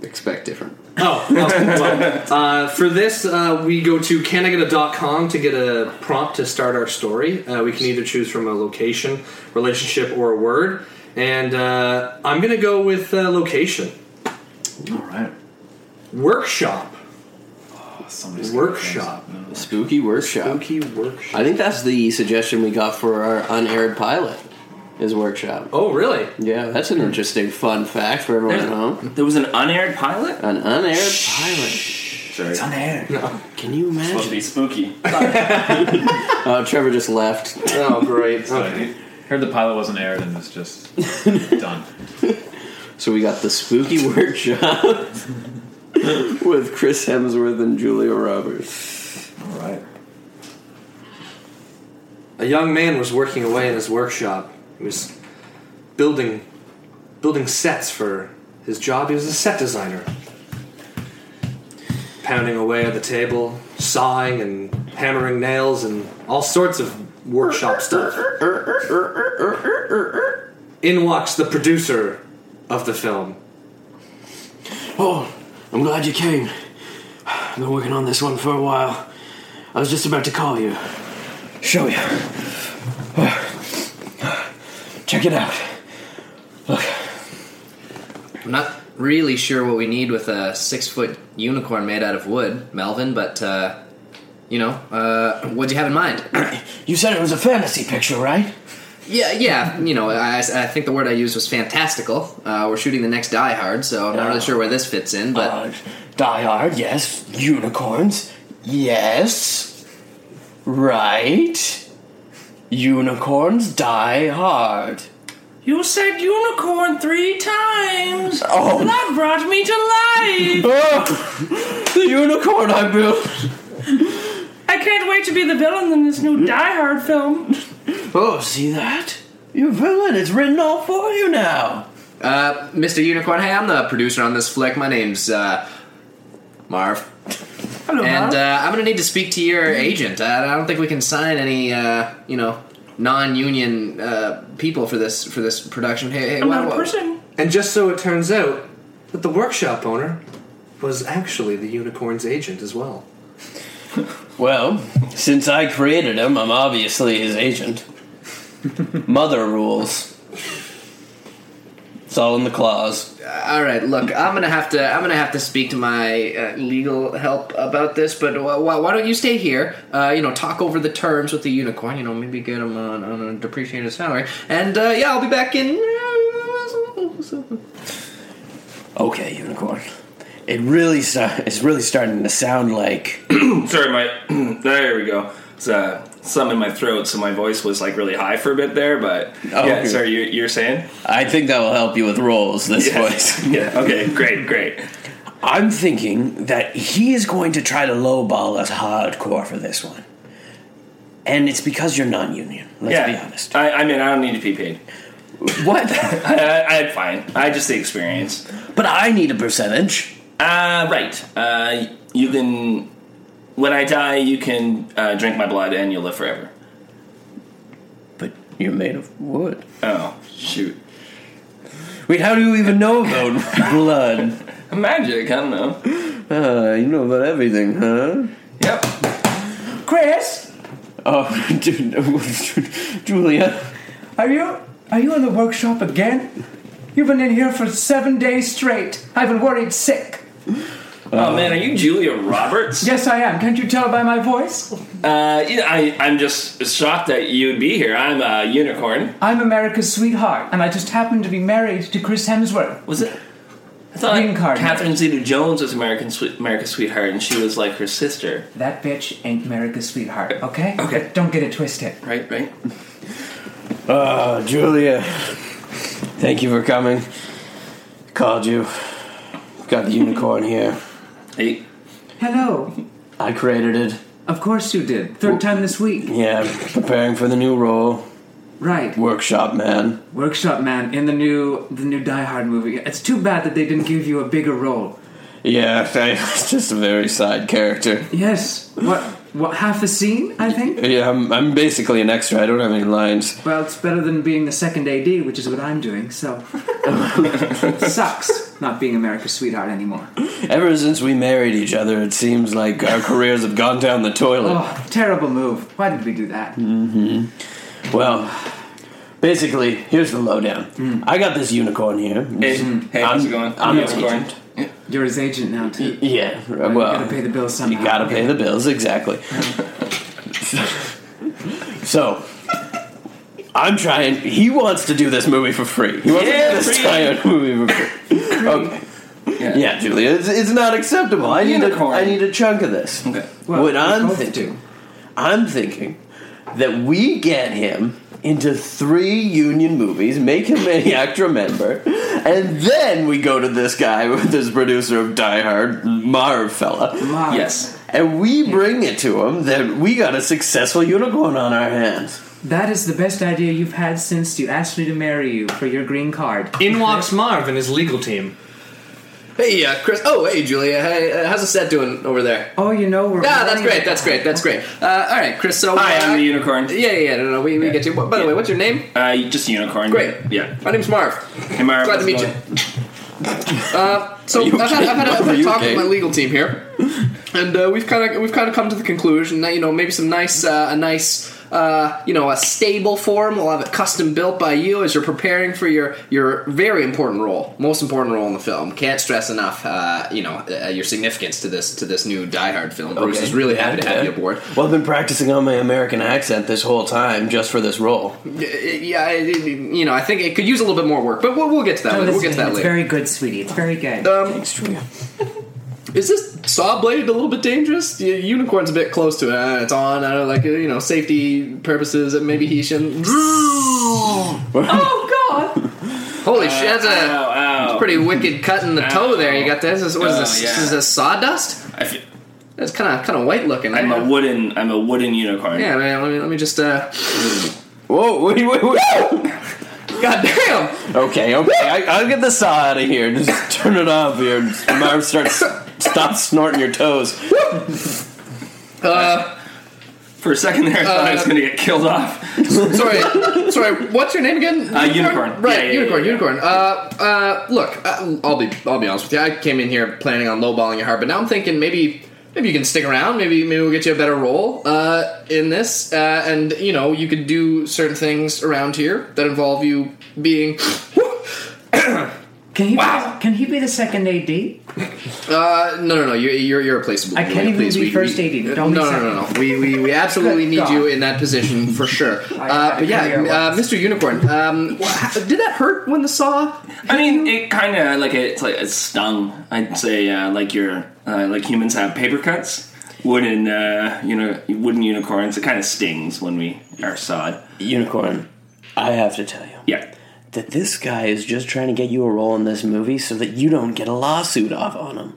Speaker 1: expect different.
Speaker 4: Oh, oh, well, uh, for this uh, we go to canagatta.com to get a prompt to start our story. Uh, we can either choose from a location, relationship, or a word. And uh, I'm gonna go with uh, location.
Speaker 5: All right.
Speaker 4: Workshop.
Speaker 5: Oh, somebody's
Speaker 4: Workshop.
Speaker 1: Spooky workshop.
Speaker 4: Spooky workshop.
Speaker 1: I think that's the suggestion we got for our unaired pilot. Is workshop.
Speaker 4: Oh, really?
Speaker 1: Yeah, that's an interesting fun fact for everyone at home.
Speaker 2: there was an unaired pilot.
Speaker 1: An unaired pilot.
Speaker 2: Sorry.
Speaker 5: On air.
Speaker 1: Can you
Speaker 2: Supposed
Speaker 1: imagine?
Speaker 2: to be spooky.
Speaker 1: Oh, Trevor just left.
Speaker 4: Oh, great.
Speaker 5: Heard the pilot wasn't aired and it's just done.
Speaker 1: So we got the spooky workshop with Chris Hemsworth and Julia Roberts.
Speaker 5: All right.
Speaker 4: A young man was working away in his workshop. He was building building sets for his job. He was a set designer. Pounding away at the table, sawing and hammering nails and all sorts of workshop stuff. In walks the producer of the film.
Speaker 1: Oh, I'm glad you came. I've been working on this one for a while. I was just about to call you. Show you. Uh, Check it out. Look.
Speaker 3: I'm not really sure what we need with a six foot unicorn made out of wood, Melvin, but, uh, you know, uh, what do you have in mind?
Speaker 1: You said it was a fantasy picture, right?
Speaker 3: yeah, yeah, you know, I, I think the word I used was fantastical. Uh, we're shooting the next Die Hard, so I'm not really sure where this fits in, but.
Speaker 1: Uh, Die Hard, yes. Unicorns, yes. Right. Unicorns die hard.
Speaker 2: You said unicorn three times.
Speaker 1: Oh,
Speaker 2: That brought me to life.
Speaker 1: oh, the unicorn I built.
Speaker 2: I can't wait to be the villain in this new Die Hard film.
Speaker 1: Oh, see that? Your villain, it's written all for you now.
Speaker 2: Uh-huh.
Speaker 3: Uh, Mr. Unicorn, hey, I'm the producer on this flick. My name's uh, Marv. Hello, and uh, I'm gonna need to speak to your agent. I, I don't think we can sign any, uh, you know, non-union uh, people for this for this production. Hey, hey,
Speaker 2: I'm
Speaker 3: why-
Speaker 2: not a
Speaker 3: why-
Speaker 2: person.
Speaker 4: And just so it turns out that the workshop owner was actually the unicorn's agent as well.
Speaker 1: Well, since I created him, I'm obviously his agent. Mother rules. It's all in the clause.
Speaker 3: All right, look, I'm gonna have to I'm gonna have to speak to my uh, legal help about this. But wh- wh- why don't you stay here? Uh, you know, talk over the terms with the unicorn. You know, maybe get him on, on a depreciated salary. And uh, yeah, I'll be back in. uh,
Speaker 1: Okay, unicorn. It really start, it's really starting to sound like
Speaker 2: Sorry, my. there we go. It's uh, some in my throat, so my voice was like really high for a bit there. But
Speaker 1: Oh,
Speaker 2: yeah,
Speaker 1: okay.
Speaker 2: sorry, you, you're saying.
Speaker 1: I think that will help you with roles this voice.
Speaker 2: yeah. Okay. Great. Great.
Speaker 1: I'm thinking that he is going to try to lowball us hardcore for this one. And it's because you're non-union. Let's
Speaker 2: yeah.
Speaker 1: be honest.
Speaker 2: I, I mean, I don't need to be paid.
Speaker 1: What?
Speaker 2: I, I, I'm fine. I just the experience.
Speaker 1: but I need a percentage.
Speaker 2: Uh, right. Uh, you can. When I die, you can uh, drink my blood and you'll live forever.
Speaker 1: But you're made of wood.
Speaker 2: Oh, shoot.
Speaker 1: Wait, how do you even know about blood?
Speaker 2: Magic, I don't know.
Speaker 1: Uh, you know about everything, huh?
Speaker 2: Yep.
Speaker 7: Chris,
Speaker 1: Oh, dude, Julia.
Speaker 7: are you are you in the workshop again? You've been in here for seven days straight. I've been worried sick.
Speaker 1: Uh,
Speaker 2: Oh, man, are you Julia Roberts?
Speaker 7: Yes, I am. Can't you tell by my voice?
Speaker 2: Uh, you know, I, I'm just shocked that you'd be here. I'm a unicorn.
Speaker 7: I'm America's sweetheart, and I just happen to be married to Chris Hemsworth.
Speaker 2: Was it? I thought
Speaker 7: Green card.
Speaker 2: Catherine Zeta-Jones was American Sweet, America's sweetheart, and she was like her sister,
Speaker 7: That bitch ain't America's sweetheart, okay?
Speaker 2: Okay.
Speaker 7: Don't get it twisted.
Speaker 2: right? Right?
Speaker 1: Oh, Julia. Thank you for coming. Called you. Got the unicorn here.
Speaker 2: Hey,
Speaker 7: Hello.
Speaker 1: I created it.
Speaker 7: Of course you did. Third time this week.
Speaker 1: Yeah, preparing for the new role.
Speaker 7: Right.
Speaker 1: Workshop man.
Speaker 7: Workshop man in the new the new Die Hard movie. It's too bad that they didn't give you a bigger role.
Speaker 1: Yeah, I, it's just a very side character.
Speaker 7: Yes. What? What? Half a scene, I think.
Speaker 1: Yeah, I'm, I'm basically an extra. I don't have any lines.
Speaker 7: Well, it's better than being the second AD, which is what I'm doing. So sucks not being America's sweetheart anymore.
Speaker 1: Ever since we married each other, it seems like our careers have gone down the toilet.
Speaker 7: Oh, terrible move. Why did we do that?
Speaker 3: Mm.
Speaker 1: Well, basically, here's the lowdown. I got this unicorn here.
Speaker 2: Hmm. hey, hey how's
Speaker 1: I'm-
Speaker 2: it going?
Speaker 1: I'm a
Speaker 2: unicorn.
Speaker 1: agent.
Speaker 7: You're his agent now too.
Speaker 1: Yeah, well,
Speaker 7: you gotta pay the bills somehow.
Speaker 1: You gotta pay the bills, exactly. so, I'm trying. He wants to do this movie for free. He wants
Speaker 2: Yeah,
Speaker 1: to do this
Speaker 2: free.
Speaker 1: Tired movie for free. okay. Yeah. Julia, it's, it's not acceptable. I need, a,
Speaker 2: Unicorn.
Speaker 1: I need a chunk of this.
Speaker 2: Okay.
Speaker 7: Well,
Speaker 1: what
Speaker 7: we
Speaker 1: I'm
Speaker 7: both
Speaker 1: thinking,
Speaker 7: do.
Speaker 1: I'm thinking that we get him into three union movies, make him an ACTRA member, and then we go to this guy with this producer of Die Hard, Marv fella,
Speaker 7: Wow.
Speaker 2: Yes.
Speaker 1: and we bring it to him that we got a successful unicorn on our hands.
Speaker 7: That is the best idea you've had since you asked me to marry you for your green card.
Speaker 4: In walks Marv and his legal team.
Speaker 3: Hey, uh, Chris. Oh, hey, Julia. Hey, uh, how's the set doing over there?
Speaker 7: Oh, you know we're.
Speaker 3: Yeah, that's
Speaker 7: running-
Speaker 3: great. That's great. That's great. Uh, all right, Chris. So
Speaker 2: Hi,
Speaker 3: uh,
Speaker 2: I'm the unicorn.
Speaker 3: Yeah, yeah, yeah. No, no, we, we get you. By the way, what's your name?
Speaker 2: Uh, just unicorn.
Speaker 3: Great.
Speaker 2: Yeah.
Speaker 3: My name's Marv.
Speaker 2: Hey, Mara,
Speaker 3: Glad to
Speaker 2: how's it
Speaker 3: meet you.
Speaker 2: going?
Speaker 3: Uh, so
Speaker 1: Are you
Speaker 3: I've had, I've had,
Speaker 1: okay?
Speaker 3: I've
Speaker 1: Are
Speaker 3: had a
Speaker 1: you
Speaker 3: talk
Speaker 1: okay?
Speaker 3: with my legal team here, and uh, we've kind of we've kind of come to the conclusion that you know maybe some nice uh, a nice uh, you know, a stable form. We'll have it custom built by you as you're preparing for your your very important role, most important role in the film. Can't stress enough, uh, you know, uh, your significance to this to this new Die Hard film. Bruce
Speaker 1: Okay.
Speaker 3: is really happy to have you
Speaker 1: Okay.
Speaker 3: aboard.
Speaker 1: Well, I've been practicing on my American accent this whole time just for this role.
Speaker 3: Yeah, I- you know, I think it could use a little bit more work, but we'll, we'll get to that.
Speaker 7: Oh,
Speaker 3: later.
Speaker 7: this
Speaker 3: We'll
Speaker 7: is
Speaker 3: get to
Speaker 7: good.
Speaker 3: that
Speaker 7: It's
Speaker 3: later.
Speaker 7: very good, sweetie. It's very good.
Speaker 3: Um, is this saw blade a little bit dangerous? The unicorn's a bit close to it. Uh, it's on, uh, like uh, you know, safety purposes. That maybe he shouldn't.
Speaker 7: oh God!
Speaker 3: Holy shit! That's a
Speaker 2: ow.
Speaker 3: pretty wicked cut in the toe there. You got this. This- What is
Speaker 2: Oh,
Speaker 3: this?
Speaker 2: yeah.
Speaker 3: This is a sawdust.
Speaker 2: I feel,
Speaker 3: That's kind of kind of white looking. eh?
Speaker 2: I'm a wooden. I'm a wooden unicorn.
Speaker 3: yeah, man. Let me let me just. Uh,
Speaker 1: Whoa! Wait, wait, wait.
Speaker 3: God damn!
Speaker 1: okay, okay. I, I'll get the saw out of here. Just turn it off here. Marv starts. Stop snorting your toes.
Speaker 3: Uh,
Speaker 2: For a second there, I thought I was
Speaker 3: Uh,
Speaker 2: going to get killed off.
Speaker 3: sorry, sorry. What's your name again?
Speaker 2: Uh, unicorn. Yeah,
Speaker 3: Right,
Speaker 2: yeah,
Speaker 3: unicorn,
Speaker 2: yeah, yeah.
Speaker 3: unicorn. Uh, uh, look, uh, I'll be I'll be honest with you. I came in here planning on lowballing your heart, but now I'm thinking maybe maybe you can stick around. Maybe maybe we'll get you a better role uh, in this, uh, and you know you could do certain things around here that involve you being.
Speaker 7: Can he? Be, can he be the second AD?
Speaker 3: Uh, no, no, no. You're you're, you're replaceable.
Speaker 7: I can't even
Speaker 3: Please,
Speaker 7: be
Speaker 3: we-
Speaker 7: first
Speaker 3: we-
Speaker 7: AD. Don't
Speaker 3: no,
Speaker 7: be
Speaker 3: no, no, no, We we, we absolutely
Speaker 7: Good
Speaker 3: need you
Speaker 7: God.
Speaker 3: in that position for sure.
Speaker 7: I-
Speaker 3: Uh,
Speaker 7: I
Speaker 3: but yeah,
Speaker 7: agree, I
Speaker 3: uh, Mr. Unicorn. Um, wha- did that hurt when the saw?
Speaker 2: I mean,
Speaker 8: Mm-hmm.
Speaker 2: it kind of like it, it's like it stung. I'd say uh, like your uh, like humans have paper cuts. Wooden, uh, you know, wooden unicorns. It kind of stings when we are sawed.
Speaker 1: Unicorn, I have to tell you
Speaker 2: Yeah.
Speaker 1: that this guy is just trying to get you a role in this movie so that you don't get a lawsuit off on him.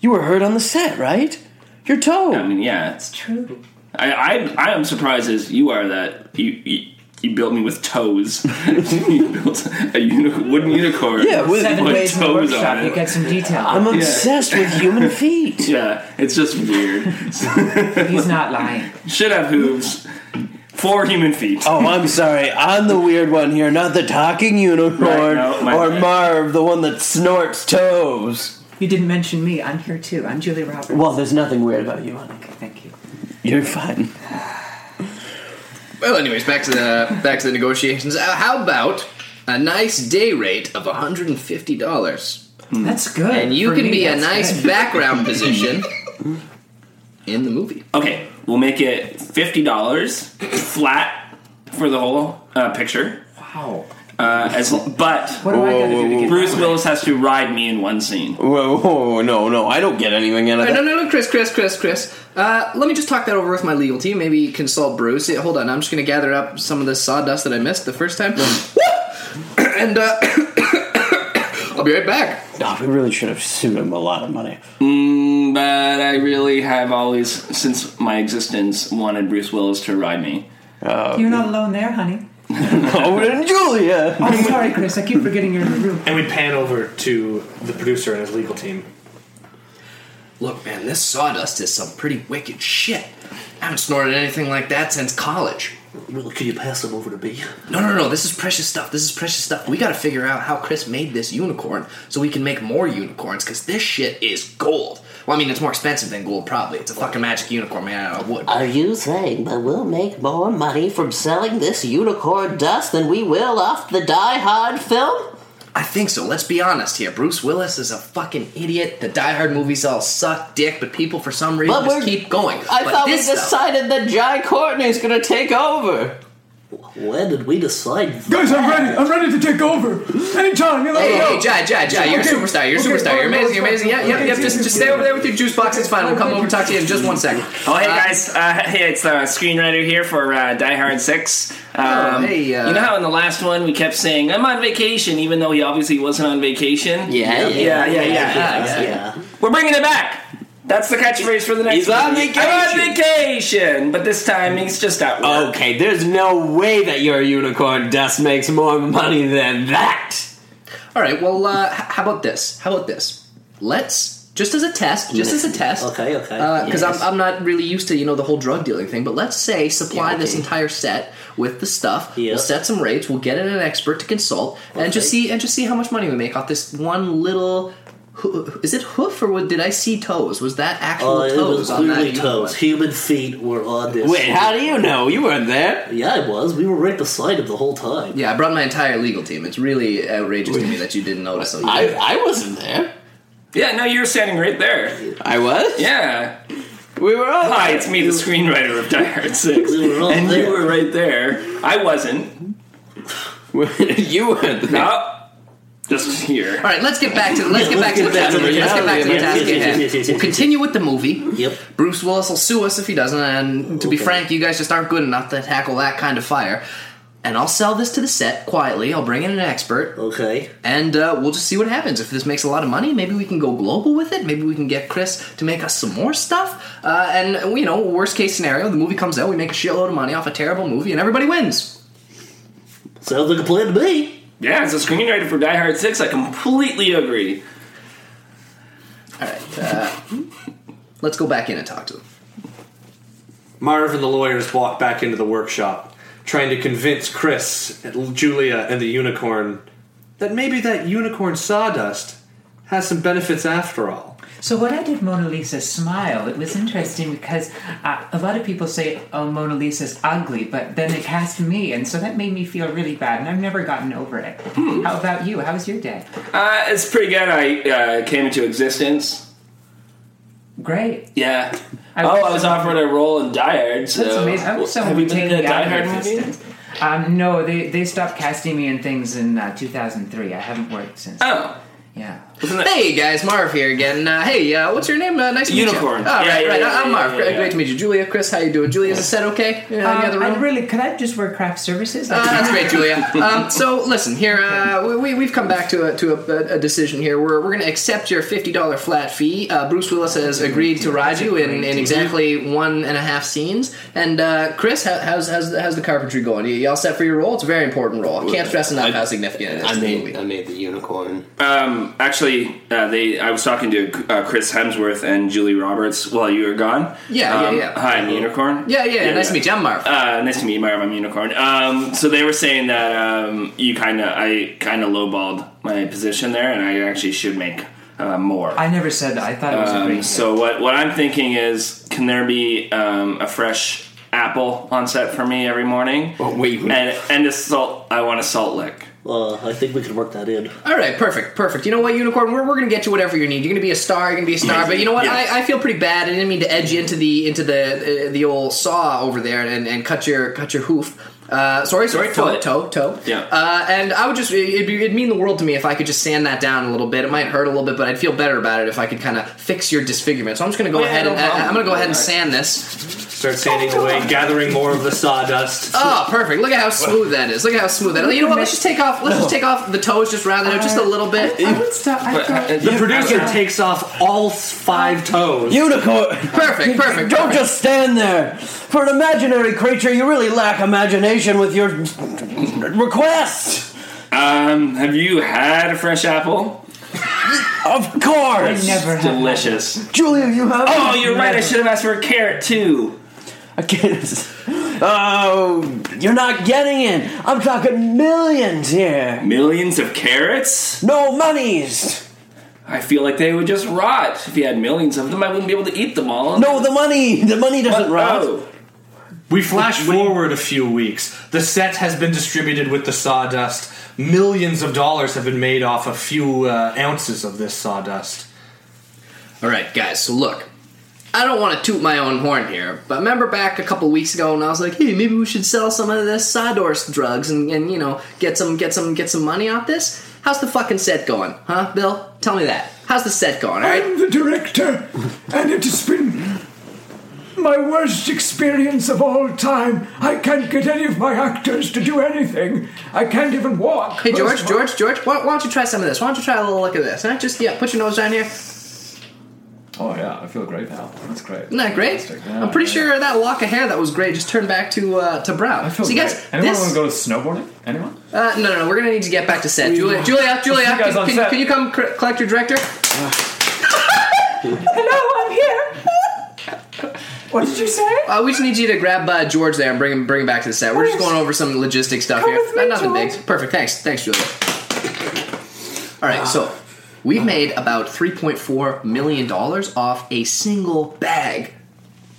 Speaker 1: You were hurt on the set, right? Your toe.
Speaker 2: I mean, yeah. It's,
Speaker 7: True.
Speaker 2: I, I I am surprised as you are that you you, you built me with toes. you built a uni- wooden unicorn.
Speaker 1: Yeah, with-
Speaker 7: Seven
Speaker 2: Put
Speaker 7: ways in the
Speaker 2: toes on
Speaker 7: workshop.
Speaker 2: it.
Speaker 7: You get some detail.
Speaker 1: I'm obsessed with human feet.
Speaker 2: Yeah, it's just weird.
Speaker 7: He's not lying.
Speaker 2: Should have hooves. Four human feet.
Speaker 1: Oh, I'm sorry. I'm the weird one here, not the talking unicorn
Speaker 2: Right, no, my
Speaker 1: or
Speaker 2: bad.
Speaker 1: Marv, the one that snorts toes.
Speaker 7: You didn't mention me. I'm here too. I'm Julie Roberts.
Speaker 1: Well, there's nothing weird about you, honey.
Speaker 7: okay, thank you.
Speaker 1: You're fine.
Speaker 3: Well, anyways, back to the back to the negotiations. Uh, how about a nice day rate of one hundred and fifty dollars,
Speaker 7: That's good.
Speaker 3: and you
Speaker 7: For
Speaker 3: can
Speaker 7: me,
Speaker 3: be a
Speaker 7: that's
Speaker 3: nice
Speaker 7: good.
Speaker 3: background position in the movie.
Speaker 2: Okay, we'll make it fifty dollars flat for the whole uh, picture.
Speaker 7: Wow.
Speaker 2: Uh, as but
Speaker 7: What do I gotta do to get
Speaker 2: Bruce Willis has to ride me in one scene.
Speaker 1: Whoa, whoa, no, no, I don't get anything out of
Speaker 3: All right,
Speaker 1: that.
Speaker 3: no, no, no, Chris, Chris, Chris, Chris. Uh, let me just talk that over with my legal team. Maybe consult Bruce. Yeah, hold on, I'm just going to gather up some of this sawdust that I missed the first time. and uh, I'll be right back.
Speaker 1: Oh, we really should have sued him a lot of money.
Speaker 2: Mm, but I really have always, since my existence, wanted Bruce Willis to ride me.
Speaker 7: You're not alone there, honey.
Speaker 1: Oh, and Julia!
Speaker 7: Oh, sorry, Chris. I keep forgetting you're in the room.
Speaker 6: And we pan over to the producer and his legal team.
Speaker 3: Look, man, this sawdust is some pretty wicked shit. I haven't snorted anything like that since college.
Speaker 2: Well, could you pass him over to me?
Speaker 3: No, no, no, this is precious stuff. This is precious stuff. We got to figure out how Chris made this unicorn so we can make more unicorns because this shit is gold. Well, I mean, it's more expensive than gold, probably. It's a fucking magic unicorn made out of wood.
Speaker 8: Are you saying that we'll make more money from selling this unicorn dust than we will off the Die Hard film?
Speaker 3: I think so. Let's be honest here. Bruce Willis is a fucking idiot. The Die Hard movies all suck dick, but people for some reason
Speaker 8: But
Speaker 3: just
Speaker 8: we're-
Speaker 3: keep going.
Speaker 8: I
Speaker 3: but
Speaker 8: thought we
Speaker 3: this stuff-
Speaker 8: decided that Jai Courtney's gonna take over. When did we decide?
Speaker 9: Guys, I'm ready. I'm ready to take over. Anytime, you let
Speaker 3: Hey,
Speaker 9: me
Speaker 3: hey,
Speaker 9: know.
Speaker 3: Jai, Jai, Jai, you're a
Speaker 9: Okay,
Speaker 3: superstar. You're a
Speaker 9: okay,
Speaker 3: superstar. You're
Speaker 9: fine,
Speaker 3: amazing. You're
Speaker 9: fine,
Speaker 3: amazing. Yeah,
Speaker 9: fine,
Speaker 3: yep,
Speaker 9: okay,
Speaker 3: yep. Just,
Speaker 9: Jesus,
Speaker 3: just stay
Speaker 9: yeah.
Speaker 3: over there with your juice box. It's fine. We'll come over and talk to you in just one second.
Speaker 2: Oh, hey
Speaker 3: Uh,
Speaker 2: guys, uh, hey, it's uh, screenwriter here for uh, Die Hard Six. Um,
Speaker 3: Oh, hey, uh,
Speaker 2: you know how in the last one we kept saying I'm on vacation, even though he obviously wasn't on vacation.
Speaker 8: Yeah,
Speaker 2: yeah, yeah, yeah, yeah. We're bringing it back. That's the catchphrase for the next.
Speaker 1: He's on
Speaker 2: movie. I'm on vacation, but this time he's just at work.
Speaker 1: Okay, there's no way that your unicorn dust makes more money than that!
Speaker 3: All right. Well, uh, h- how about this? How about this? Let's just as a test, just as a test.
Speaker 8: Okay, okay.
Speaker 3: because
Speaker 8: Yes.
Speaker 3: I'm, I'm not really used to you know the whole drug dealing thing. But let's say supply
Speaker 8: Yeah, okay.
Speaker 3: this entire set with the stuff.
Speaker 8: Yeah.
Speaker 3: We'll set some rates. We'll get in an expert to consult and just
Speaker 8: Okay.
Speaker 3: see and just see how much money we make off this one little Hoo- Is it hoof or what? Did I see toes? Was that actual
Speaker 10: Uh,
Speaker 11: Oh, it was
Speaker 3: toes on that
Speaker 11: clearly
Speaker 3: human
Speaker 11: toes.
Speaker 3: leg?
Speaker 11: Human feet were on this.
Speaker 1: Wait, how do you know? You weren't there.
Speaker 11: Yeah, it was. We were right beside him the whole time.
Speaker 3: Yeah, I brought my entire legal team. It's really outrageous to me that you didn't notice them.
Speaker 1: I, I wasn't there.
Speaker 2: Yeah, no, you were standing right there.
Speaker 1: I was?
Speaker 2: Yeah.
Speaker 1: We were all
Speaker 2: Hi, it's me, the screenwriter of Die Hard 6.
Speaker 11: We were all
Speaker 2: And you
Speaker 11: there.
Speaker 2: were right there. I wasn't.
Speaker 1: you weren't there.
Speaker 2: No. Just here.
Speaker 3: All right, let's get back to the, let's
Speaker 11: Yeah,
Speaker 3: get back to the task. at hand. Let's get back to the
Speaker 11: reality. Yes, yes,
Speaker 3: task at
Speaker 11: yes,
Speaker 3: hand.
Speaker 11: yes,
Speaker 3: We'll
Speaker 11: yes,
Speaker 3: continue with the movie.
Speaker 11: Yep.
Speaker 3: Bruce Willis will sue us if he doesn't, and to be
Speaker 11: Okay.
Speaker 3: frank, you guys just aren't good enough to tackle that kind of fire. And I'll sell this to the set quietly. I'll bring in an expert,
Speaker 11: Okay.
Speaker 3: and uh, we'll just see what happens. If this makes a lot of money, maybe we can go global with it. Maybe we can get Chris to make us some more stuff. Uh, and you know, worst case scenario, the movie comes out, we make a shitload of money off a terrible movie, and everybody wins.
Speaker 11: Sounds like a plan to me.
Speaker 2: Yeah, as a screenwriter for Die Hard 6, I completely agree.
Speaker 3: All right, uh, let's go back in and talk to them.
Speaker 4: Marv and the lawyers walk back into the workshop, trying to convince Chris, Julia, and the unicorn that maybe that unicorn sawdust has some benefits after all.
Speaker 7: So what I did Mona Lisa smile. It was interesting because uh, a lot of people say, "Oh, Mona Lisa's ugly," but then they cast me, and so that made me feel really bad, and I've never gotten over it. How about you? How was your day?
Speaker 2: Uh, it's pretty good. I uh, came into existence.
Speaker 7: Great.
Speaker 2: Yeah.
Speaker 7: I
Speaker 2: oh,
Speaker 7: was-
Speaker 2: I was offered a role in Die Hard. So
Speaker 7: That's amazing. I wish someone
Speaker 2: have you
Speaker 7: would
Speaker 2: been
Speaker 7: take
Speaker 2: in a
Speaker 7: me out
Speaker 2: Die
Speaker 7: of
Speaker 2: Hard movie?
Speaker 7: existence. Um, no, they they stopped casting me in things in uh, 2003. I haven't worked since.
Speaker 2: Oh,
Speaker 7: Yeah.
Speaker 2: wasn't that?
Speaker 3: Hey guys, Marv here again. Uh, hey, uh, what's your name? Uh, nice to meet you.
Speaker 2: Unicorn.
Speaker 3: Oh,
Speaker 2: Yeah,
Speaker 3: right,
Speaker 2: yeah,
Speaker 3: right.
Speaker 2: yeah,
Speaker 3: I'm
Speaker 2: yeah,
Speaker 3: Marv.
Speaker 2: yeah,
Speaker 3: great,
Speaker 2: yeah.
Speaker 3: great to meet you. Julia, Chris, how you doing? Julia, is the set okay? Yeah, in the other
Speaker 7: Um, I
Speaker 3: room?
Speaker 7: really could I just wear craft services?
Speaker 3: Uh, that's great, Julia. Um, so listen here, uh, we, we, we've come back to a, to a, a decision here. We're, we're going to accept your fifty dollar flat fee. Uh, Bruce Willis has agreed to ride you in, in exactly one and a half scenes. And uh, Chris, how, how's, how's how's the carpentry going? You, you all set for your role? It's a very important role. I can't stress enough how significant it is.
Speaker 8: I
Speaker 3: to the
Speaker 8: made,
Speaker 3: movie.
Speaker 8: I made the unicorn.
Speaker 2: Um, actually, uh, they. I was talking to uh, Chris Hemsworth and Julie Roberts while you were gone.
Speaker 3: Yeah, yeah,
Speaker 2: Um,
Speaker 3: yeah.
Speaker 2: Hi, I'm Unicorn.
Speaker 3: yeah, yeah, Nice to meet you. I'm Marv.
Speaker 2: Uh, nice to meet you, Marv. I'm Unicorn. Um, so they were saying that um, you kind of, I kind of lowballed my position there, and I actually should make uh, more.
Speaker 7: I never said that. I thought it was a
Speaker 2: Um,
Speaker 7: great.
Speaker 2: so what what I'm thinking is, can there be um, a fresh apple on set for me every morning?
Speaker 1: Oh, wait, wait.
Speaker 2: and and a salt. I want a salt lick.
Speaker 11: Uh, I think we can work that in.
Speaker 3: All right, perfect, perfect. You know what, Unicorn? We're, we're going to get you whatever you need. You're going to be a star. You're going to be a star.
Speaker 2: Yes.
Speaker 3: But you know what?
Speaker 2: Yes.
Speaker 3: I, I feel pretty bad. I didn't mean to edge you into the into the uh, the old saw over there and, and cut your cut your hoof. Uh, sorry, sorry, toe,
Speaker 2: foot.
Speaker 3: toe, toe.
Speaker 2: Yeah.
Speaker 3: Uh, and I would just it'd, be, it'd mean the world to me if I could just sand that down a little bit. It might hurt a little bit, but I'd feel better about it if I could kind of fix your disfigurement. So I'm just going to go
Speaker 2: Oh, yeah,
Speaker 3: ahead
Speaker 2: no
Speaker 3: and I-
Speaker 2: problem.
Speaker 3: I'm going to go ahead and
Speaker 2: All right.
Speaker 3: sand this.
Speaker 4: Start sanding away, gathering more of the sawdust.
Speaker 3: Oh, perfect! Look at how smooth that is. Look at how smooth that. Is. You know what? Let's just take off. Let's just take off the toes. Just round it out just a little bit.
Speaker 7: I would stop. I thought,
Speaker 4: The producer takes off all five toes.
Speaker 8: Unicorn!
Speaker 3: Perfect, perfect.
Speaker 8: Don't just stand there! For an imaginary creature, you really lack imagination with your request!
Speaker 2: Um, have you had a fresh apple?
Speaker 8: Of course!
Speaker 7: never have.
Speaker 2: Delicious.
Speaker 8: Julia, you have.
Speaker 2: Oh, you're right. I should have asked for a carrot too.
Speaker 8: I can't. Oh, you're not getting it. I'm talking millions here.
Speaker 2: Millions of carrots.
Speaker 8: No monies.
Speaker 2: I feel like they would just rot if you had millions of them. I wouldn't be able to eat them all.
Speaker 8: No, uh, the money. The money doesn't rot.
Speaker 2: Oh,
Speaker 4: We flash forward a few weeks. The set has been distributed with the sawdust. Millions of dollars have been made off a few uh, ounces of this sawdust.
Speaker 3: All right, guys. So look, I don't want to toot my own horn here, but remember back a couple weeks ago when I was like, "Hey, maybe we should sell some of this Sawdorse drugs and, and you know get some get some get some money off this." How's the fucking set going, huh, Bill? Tell me that. How's the set going? All right.
Speaker 9: I'm the director, and it has been my worst experience of all time. I can't get any of my actors to do anything. I can't even walk.
Speaker 3: Hey, George, George, George. Why, why don't you try some of this? Why don't you try a little look at this? Huh? Just yeah, put your nose down here.
Speaker 5: Oh yeah, I feel great now. That's great.
Speaker 3: Isn't that great?
Speaker 5: Fantastic. Yeah,
Speaker 3: I'm pretty
Speaker 5: yeah.
Speaker 3: sure that lock of hair that was great just turned back to uh, to brown.
Speaker 5: I feel
Speaker 3: So you
Speaker 5: great.
Speaker 3: guys,
Speaker 5: Anyone
Speaker 3: this
Speaker 5: want to go snowboarding? Anyone?
Speaker 3: Uh, no, no, no. We're gonna need to get back to set. Julia, Julia, Julia.
Speaker 5: you guys
Speaker 3: Can,
Speaker 5: on
Speaker 3: can-
Speaker 5: set.
Speaker 3: can you come cr- collect your director?
Speaker 7: Hello, I'm here. what did you say?
Speaker 3: Uh, we just need you to grab uh, George there and bring him bring him back to the set. We're just
Speaker 7: Yes.
Speaker 3: going over some logistic stuff
Speaker 7: Come
Speaker 3: here. Uh,
Speaker 7: with me,
Speaker 3: Nothing
Speaker 7: George.
Speaker 3: big. Perfect. Thanks, thanks, Julia. All right, so We've
Speaker 7: Ah.
Speaker 3: made about $3.4 million off a single bag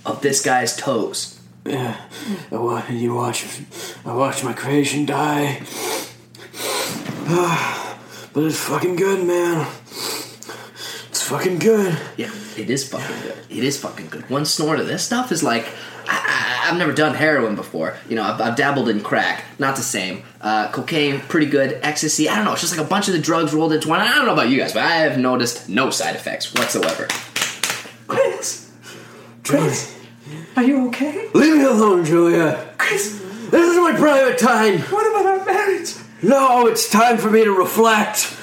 Speaker 3: of this guy's toes.
Speaker 10: Yeah, I
Speaker 8: Oh,
Speaker 10: wa- you watch. I watch my creation die. but it's fucking good, man.
Speaker 3: It's fucking good. Yeah, it is fucking good. It is fucking good. One snort of this stuff is like. I, I, I've never done heroin before. You know, I've, I've dabbled in crack. Not the same. Uh, cocaine, pretty good. Ecstasy, I don't know. It's just like a bunch of the drugs rolled into one. I don't know about you guys, but I have noticed no side effects whatsoever.
Speaker 10: Chris! Chris! Are you okay? Leave me alone, Julia. Chris! This is my private time! What about our marriage? No, it's time for me to reflect.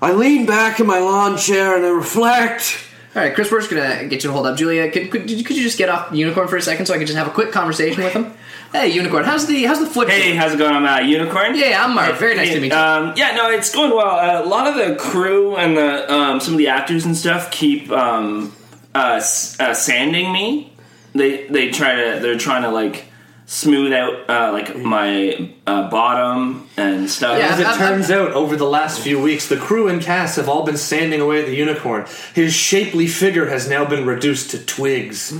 Speaker 10: I lean back in my lawn chair and I reflect.
Speaker 3: All right, Chris, we're just gonna get you to hold up. Julia, could, could, could you could you just get off Unicorn for a second so I could just have a quick conversation with him? Hey, Unicorn, how's the how's the foot?
Speaker 2: Hey, how's it going, I'm, uh, Unicorn?
Speaker 3: Yeah, I'm Mark. Very nice to meet you.
Speaker 2: Um, yeah, no, it's going well. Uh, a lot of the crew and the um, some of the actors and stuff keep um, uh, s- uh, sanding me. They they try to they're trying to like smooth out uh, like my uh, bottom and stuff.
Speaker 4: As it turns out, over the last few weeks, the crew and cast have all been sanding away at the unicorn. His shapely figure has now been reduced to twigs.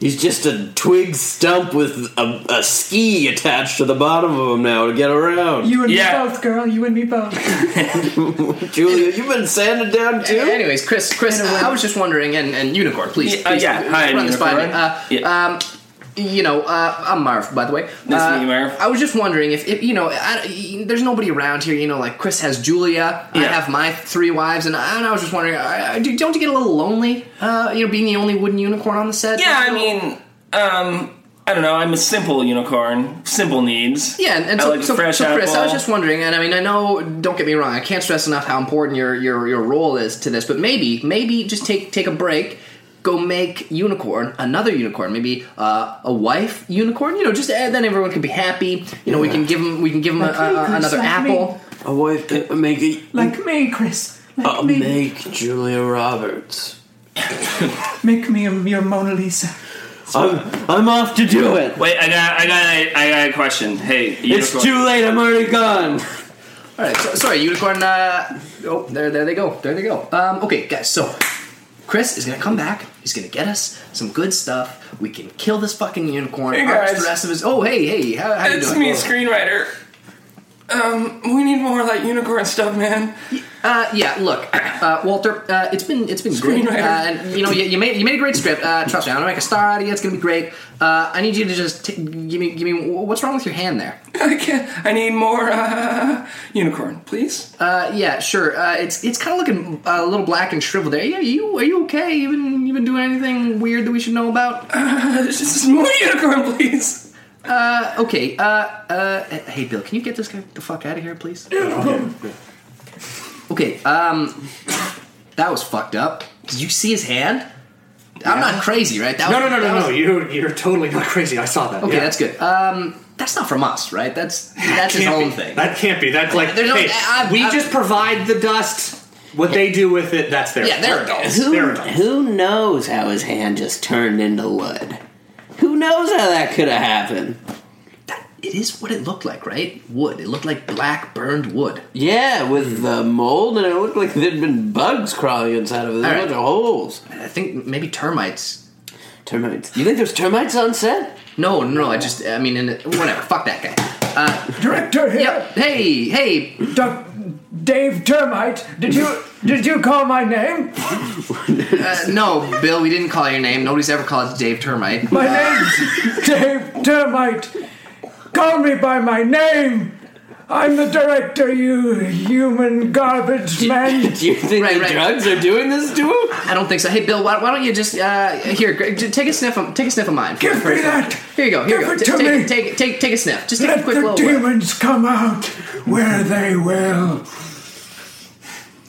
Speaker 10: He's just a twig stump with a, a ski attached to the bottom of him now to get around.
Speaker 7: You and me both, girl. You and me both.
Speaker 10: Julia, you've been sanded down too.
Speaker 3: Anyways, Chris, Chris, uh, I was just wondering, and, and Unicorn, please,
Speaker 2: Yeah, uh,
Speaker 3: please,
Speaker 2: yeah. Hi,
Speaker 3: run this by me.
Speaker 2: Unicorn.
Speaker 3: Uh, um, you know, uh, I'm Marv, by the way.
Speaker 2: Nice to
Speaker 3: Uh,
Speaker 2: meet you, Marv.
Speaker 3: I was just wondering if, if you know, I, there's nobody around here. You know, like Chris has Julia, I
Speaker 2: Yeah.
Speaker 3: have my three wives, and I, and I was just wondering, I, I, don't you get a little lonely? Uh, you know, being the only wooden unicorn on the set.
Speaker 2: Yeah, I mean, um, I don't know. I'm a simple unicorn. Simple needs.
Speaker 3: Yeah, and, and so,
Speaker 2: I like
Speaker 3: so,
Speaker 2: fresh
Speaker 3: so Chris, I was
Speaker 2: apple.
Speaker 3: just wondering, and I mean, I know, don't get me wrong, I can't stress enough how important your your, your role is to this, but maybe, maybe just take take a break, go make unicorn another unicorn, maybe uh, a wife unicorn, you know, just eh, then everyone can be happy. You know, we
Speaker 10: Yeah.
Speaker 3: can give them we can give them
Speaker 10: Like me, Chris,
Speaker 3: another
Speaker 10: like
Speaker 3: apple.
Speaker 10: A wife that make a,
Speaker 7: Like me, Chris. Like
Speaker 10: uh,
Speaker 7: me.
Speaker 10: make Julia Roberts.
Speaker 7: Make me a, your Mona Lisa.
Speaker 10: I'm, I'm off to do it.
Speaker 2: Wait, I got, I got, a, I got a question. Hey,
Speaker 10: It's
Speaker 2: unicorn.
Speaker 10: too late. I'm already gone.
Speaker 3: All right, so, sorry, unicorn. Uh, oh, there, there they go, there they go. Um, okay, guys, so Chris is gonna come back. He's gonna get us some good stuff. We can kill this fucking unicorn.
Speaker 2: Hey,
Speaker 3: arch
Speaker 2: guys.
Speaker 3: the rest of his. Oh, hey, hey, how, how you
Speaker 2: it's
Speaker 3: doing? Oh,
Speaker 2: me, screenwriter. Um, we need more of that unicorn stuff, man.
Speaker 3: Uh, yeah. Look, uh, Walter, uh, it's been it's been great. Uh,
Speaker 2: Screenwriter.
Speaker 3: and you know, you, you made you made a great script. Uh, trust me, I'm gonna make a star out of you. It's gonna be great. Uh, I need you to just t- give me give me what's wrong with your hand there?
Speaker 2: I can't. I need more uh, unicorn, please.
Speaker 3: Uh, yeah, sure. Uh, it's it's kind of looking uh, a little black and shriveled there. Yeah, you are you okay? You been you been doing anything weird that we should know about?
Speaker 2: Uh, just more unicorn, please.
Speaker 3: Uh, okay. Uh, uh, hey, Bill, can you get this guy the fuck out of here, please? Okay. Um, that was fucked up. Did you see his hand? I'm not crazy, right? That
Speaker 4: no,
Speaker 3: was-
Speaker 4: no, no,
Speaker 3: that
Speaker 4: no, no.
Speaker 3: was-
Speaker 4: You're you're totally not crazy. I saw that.
Speaker 3: Okay,
Speaker 4: yeah.
Speaker 3: that's good. Um, that's not from us, right? That's that's his
Speaker 4: Can't
Speaker 3: own
Speaker 4: be.
Speaker 3: thing.
Speaker 4: That can't be. That's like
Speaker 3: There's no-
Speaker 4: hey,
Speaker 3: I- I-
Speaker 4: we
Speaker 3: I-
Speaker 4: just provide the dust. What they do with it, that's their.
Speaker 3: Yeah, they're adults.
Speaker 4: They're
Speaker 8: Who, who knows how his hand just turned into wood? Who knows how that could have happened?
Speaker 3: It is what it looked like, right? Wood. It looked like black burned wood.
Speaker 10: Yeah, with the mold, and it looked like there'd been bugs crawling inside of it. There's a
Speaker 3: All right.
Speaker 10: bunch of holes.
Speaker 3: I think maybe termites.
Speaker 10: Termites. You think there's termites on set?
Speaker 3: No, no, I just, I mean, in it, whatever. Fuck that guy. Uh,
Speaker 9: Director here.
Speaker 3: yep. Hey, hey.
Speaker 9: Doc- Dave Termite, did you did you call my name?
Speaker 3: Uh, no, Bill, we didn't call your name. Nobody's ever called Dave Termite.
Speaker 9: My name's Dave Termite. Call me by my name. I'm the director, you human garbage man.
Speaker 10: Do you think
Speaker 3: Right,
Speaker 10: the
Speaker 3: right.
Speaker 10: drugs are doing this to him?
Speaker 3: I don't think so. Hey, Bill, why, why don't you just uh, here? Greg, j- Take a sniff. Of, take a sniff of mine.
Speaker 9: Give me that.
Speaker 3: Here you go. Here
Speaker 9: Give
Speaker 3: you go.
Speaker 9: it
Speaker 3: Ta-
Speaker 9: to
Speaker 3: take,
Speaker 9: me.
Speaker 3: take, take, take a sniff. Just take a
Speaker 9: Let
Speaker 3: quick
Speaker 9: the
Speaker 3: little. whiff.
Speaker 9: demons come out where they will.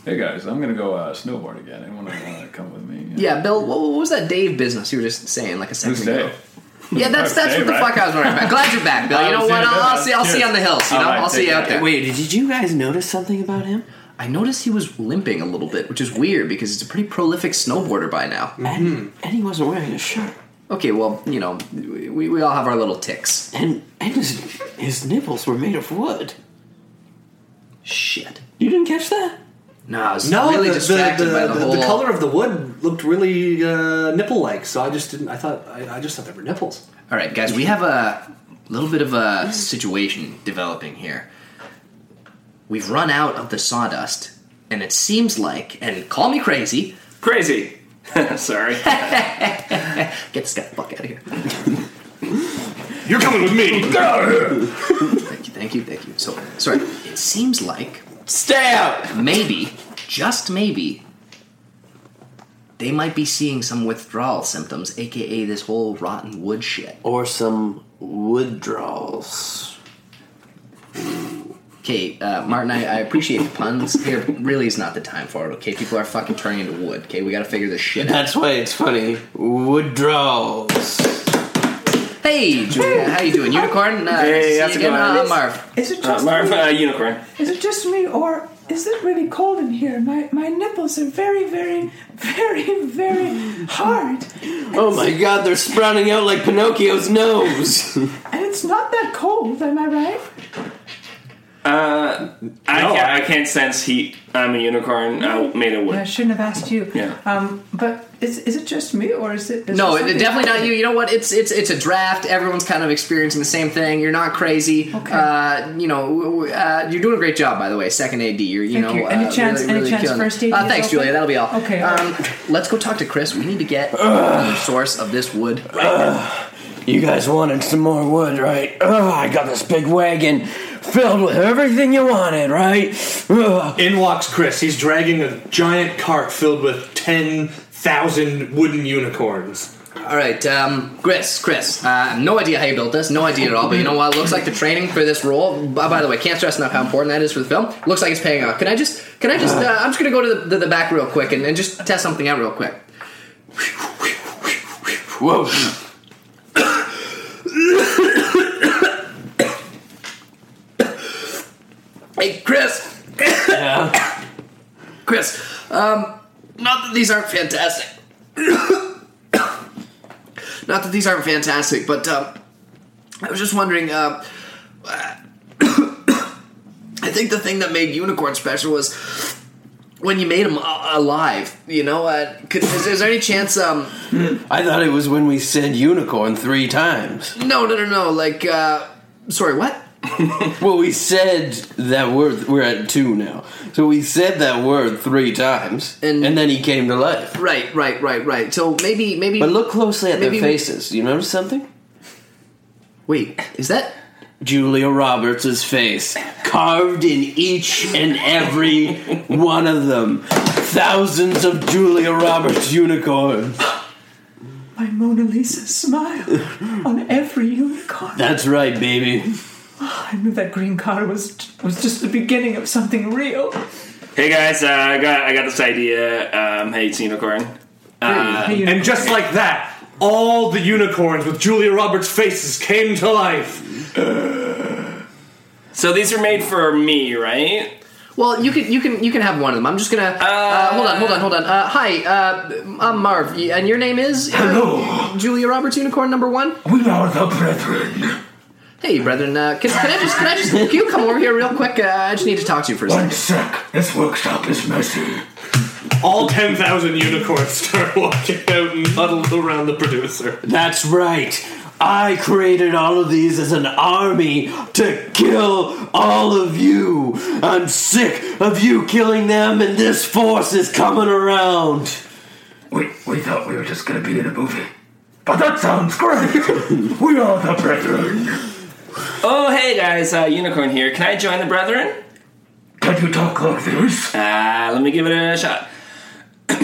Speaker 5: Hey guys, I'm gonna go uh, snowboard again. Anyone want to come with me?
Speaker 3: Yeah, Bill, what, what was that Dave business you were just saying like a second
Speaker 5: Who's
Speaker 3: ago?
Speaker 5: Dave?
Speaker 3: Yeah, that's that's
Speaker 5: Dave,
Speaker 3: what the
Speaker 5: right?
Speaker 3: fuck I was wondering about. Glad you're back, Bill.
Speaker 5: I
Speaker 3: You know
Speaker 5: was
Speaker 3: what?
Speaker 5: thinking
Speaker 3: I'll, I'll
Speaker 5: that.
Speaker 3: see. I'll see you on the hills. You know,
Speaker 5: All right,
Speaker 3: I'll see
Speaker 5: take
Speaker 3: you
Speaker 5: it.
Speaker 3: out there.
Speaker 10: Wait, did you guys notice something about him?
Speaker 3: I noticed he was limping a little bit, which is weird because he's a pretty prolific snowboarder by now.
Speaker 10: And, and he wasn't wearing a shirt.
Speaker 3: Okay, well, you know, we, we all have our little ticks.
Speaker 10: And and his his nipples were made of wood.
Speaker 3: Shit.
Speaker 10: You didn't catch that?
Speaker 3: No, I was really distracted by the whole-
Speaker 12: color of the wood looked really uh, nipple-like, so I just didn't. I thought I, I just thought they were nipples.
Speaker 3: All right, guys, we have a little bit of a situation developing here. We've run out of the sawdust, and it seems like, and call me crazy.
Speaker 2: Crazy. Sorry.
Speaker 3: Get this guy the fuck out of here.
Speaker 2: You're coming with me.
Speaker 3: thank you, thank you, thank you. So, sorry. It seems like. Stay out! Maybe, just maybe, they might be seeing some withdrawal symptoms, aka this whole rotten wood shit. Or some withdrawals. Okay, uh, Martin, I, I appreciate the puns. Here really is not the time for it, okay? People are fucking turning into wood, okay? We gotta figure this shit out.
Speaker 13: That's why it's funny. Withdrawals.
Speaker 3: Hey, Julia, how you doing? Unicorn? Uh, see you again, uh, Marv.
Speaker 2: Is
Speaker 3: it
Speaker 2: uh,
Speaker 3: just
Speaker 2: Marv?
Speaker 3: me?
Speaker 2: Uh, unicorn.
Speaker 7: Is it just me, or is it really cold in here? My my nipples are very, very, very, very hard,
Speaker 1: Oh my god, they're sprouting out like Pinocchio's nose.
Speaker 7: and it's not that cold. Am I right?
Speaker 2: Uh, I, can't, I can't sense heat. I'm a unicorn uh, made of
Speaker 8: Yeah, I
Speaker 2: wood.
Speaker 8: shouldn't have asked you.
Speaker 2: Yeah.
Speaker 8: Um, but is, is it just me, or is it? Is
Speaker 3: No, it,
Speaker 8: there something
Speaker 3: definitely
Speaker 8: happening?
Speaker 3: not you. You know what? It's it's it's a draft. Everyone's kind of experiencing the same thing. You're not crazy. Uh, you know, w- w- uh, you're doing a great job, by the way. Second AD. You're you
Speaker 8: Thank
Speaker 3: know
Speaker 8: you. Any
Speaker 3: uh,
Speaker 8: chance-
Speaker 3: really,
Speaker 8: any
Speaker 3: really
Speaker 8: chance
Speaker 3: killing it.
Speaker 8: first AD
Speaker 3: Uh,
Speaker 8: is
Speaker 3: thanks,
Speaker 8: open?
Speaker 3: Julia. That'll be all.
Speaker 8: Okay.
Speaker 3: Um, let's go talk to Chris. We need to get the source of this wood.
Speaker 14: You guys wanted some more wood, right? Oh, I got this big wagon filled with everything you wanted, right? Ugh.
Speaker 4: In walks Chris. He's dragging a giant cart filled with 10,000 wooden unicorns.
Speaker 3: All right, um, Chris, Chris, uh, no idea how you built this, no idea at all, but you know what? Looks like the training for this role. uh, By, by the way, can't stress enough how important that is for the film. Looks like it's paying off. Can I just, can I just, uh, I'm just gonna go to the, the, the back real quick and, and just test something out real quick. Whoa. hey, Chris. Chris, um, not that these aren't fantastic. Not that these aren't fantastic, but um, I was just wondering. Uh, I think the thing that made Unicorn special was when you made him a- alive. You know, uh, could, is, is there any chance? Um,
Speaker 1: I thought it was when we said unicorn three times.
Speaker 3: no, no, no, no. Like, uh, sorry, what?
Speaker 1: well, we said that word. We're at two now. So we said that word three times, and, then he came to life.
Speaker 3: Right, right, right, right. So maybe, maybe.
Speaker 1: But look closely at
Speaker 3: maybe
Speaker 1: their
Speaker 3: we-
Speaker 1: faces. You notice something?
Speaker 3: Wait, is that
Speaker 1: Julia Roberts' face carved in each and every one of them? Thousands of Julia Roberts unicorns.
Speaker 7: My Mona Lisa smile on every unicorn.
Speaker 1: That's right, baby.
Speaker 7: I knew that green car was was just the beginning of something real.
Speaker 2: Hey guys, uh, I got I got this idea. Um, hey, it's unicorn. Uh,
Speaker 4: and just like that, all the unicorns with Julia Roberts' faces came to life.
Speaker 2: so these are made for me, right?
Speaker 3: Well, you can you can you can have one of them. I'm just gonna uh, hold on, hold on, hold on. Uh, hi, uh, I'm Marv, y- and your name is Hello, Julia Roberts, Unicorn Number One.
Speaker 15: We are the brethren.
Speaker 3: Hey, brethren, uh, can, can I just can I just can you come over here real quick? Uh, I just need to talk to you for a second.
Speaker 15: One sec. This workshop is messy.
Speaker 4: All 10,000 unicorns start walking out and huddled around the producer.
Speaker 14: That's right. I created all of these as an army to kill all of you. I'm sick of you killing them, and this force is coming around.
Speaker 15: We, we thought we were just gonna be in a movie. But that sounds great! we are the brethren.
Speaker 2: Oh, hey guys, uh, unicorn here. Can I join the brethren?
Speaker 15: Can you talk like this?
Speaker 2: Ah, let me give it a shot. no,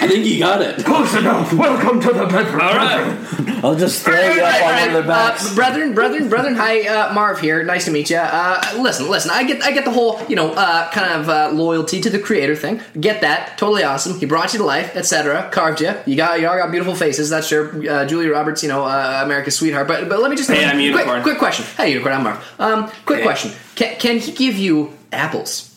Speaker 2: I
Speaker 1: think you got it.
Speaker 15: Close enough. Welcome to the brethren.
Speaker 2: All right.
Speaker 1: I'll just throw you up all over their backs.
Speaker 3: Uh, brethren, brethren, brethren. Hi, uh, Marv here. Nice to meet you. Uh, listen, listen. I get, I get the whole, you know, uh, kind of uh, loyalty to the creator thing. Get that. Totally awesome. He brought you to life, etc. Carved you. You got, you all got beautiful faces. That's sure. Uh, Julia Roberts, you know, uh, America's sweetheart. But, but let me just.
Speaker 2: Hey, I'm Unicorn.
Speaker 3: Quick, quick question. Hey, unicorn. I'm Marv. Um, quick
Speaker 1: Hey.
Speaker 3: question. Can, can he give you apples?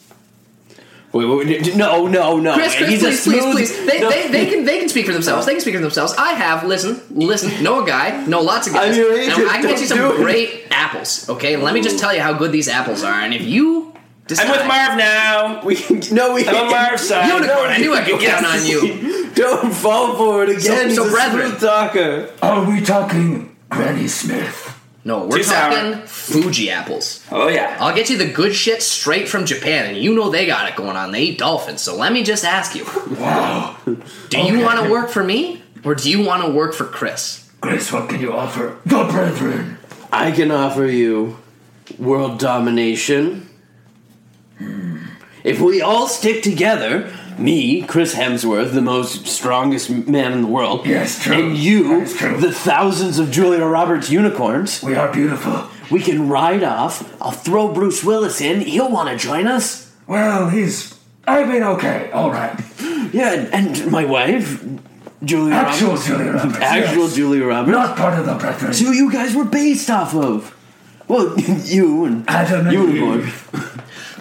Speaker 1: Wait, wait, wait, no, no, no.
Speaker 3: Chris, Chris,
Speaker 1: He's
Speaker 3: please,
Speaker 1: a
Speaker 3: please,
Speaker 1: smooth-
Speaker 3: please. They,
Speaker 1: No.
Speaker 3: they, they can they can speak for themselves. They can speak for themselves. I have listen, listen. Know a guy, know lots of guys.
Speaker 1: I'm your
Speaker 3: and
Speaker 1: agent,
Speaker 3: I can get you
Speaker 1: don't
Speaker 3: some
Speaker 1: do it.
Speaker 3: great apples. Okay, let me just tell you how good these apples are. And if you
Speaker 2: I'm with Marv now.
Speaker 8: We no, we.
Speaker 2: I'm on Marv's side.
Speaker 8: No, Don't fall for it again.
Speaker 2: So- so
Speaker 8: He's a
Speaker 2: brethren.
Speaker 8: smooth talker.
Speaker 16: Are we talking Granny Smith?
Speaker 3: No, we're
Speaker 16: Too sour.
Speaker 3: talking Fuji apples.
Speaker 2: Oh yeah,
Speaker 3: I'll get you the good shit straight from Japan, and you know they got it going on. They eat dolphins, so let me just ask you:
Speaker 16: Wow.
Speaker 3: Do you want to work for me, or do you want to work for Chris?
Speaker 16: Chris, what can you offer the brethren?
Speaker 8: I can offer you world domination. If we all stick together, me, Chris Hemsworth, the most strongest man in the world,
Speaker 16: Yes, true.
Speaker 8: and you, the thousands of Julia Roberts unicorns,
Speaker 16: we are beautiful.
Speaker 8: We can ride off. I'll throw Bruce Willis in. He'll want to join us.
Speaker 16: Well, he's. I mean, okay, all right.
Speaker 8: Yeah, and, and my wife, Julia
Speaker 16: Actual
Speaker 8: Roberts.
Speaker 16: Julia Roberts,
Speaker 8: Actual
Speaker 16: yes.
Speaker 8: Julia Roberts.
Speaker 16: Not part of the brethren.
Speaker 8: See who you guys were based off of. Well, you and
Speaker 16: Adam and
Speaker 8: Unicorn.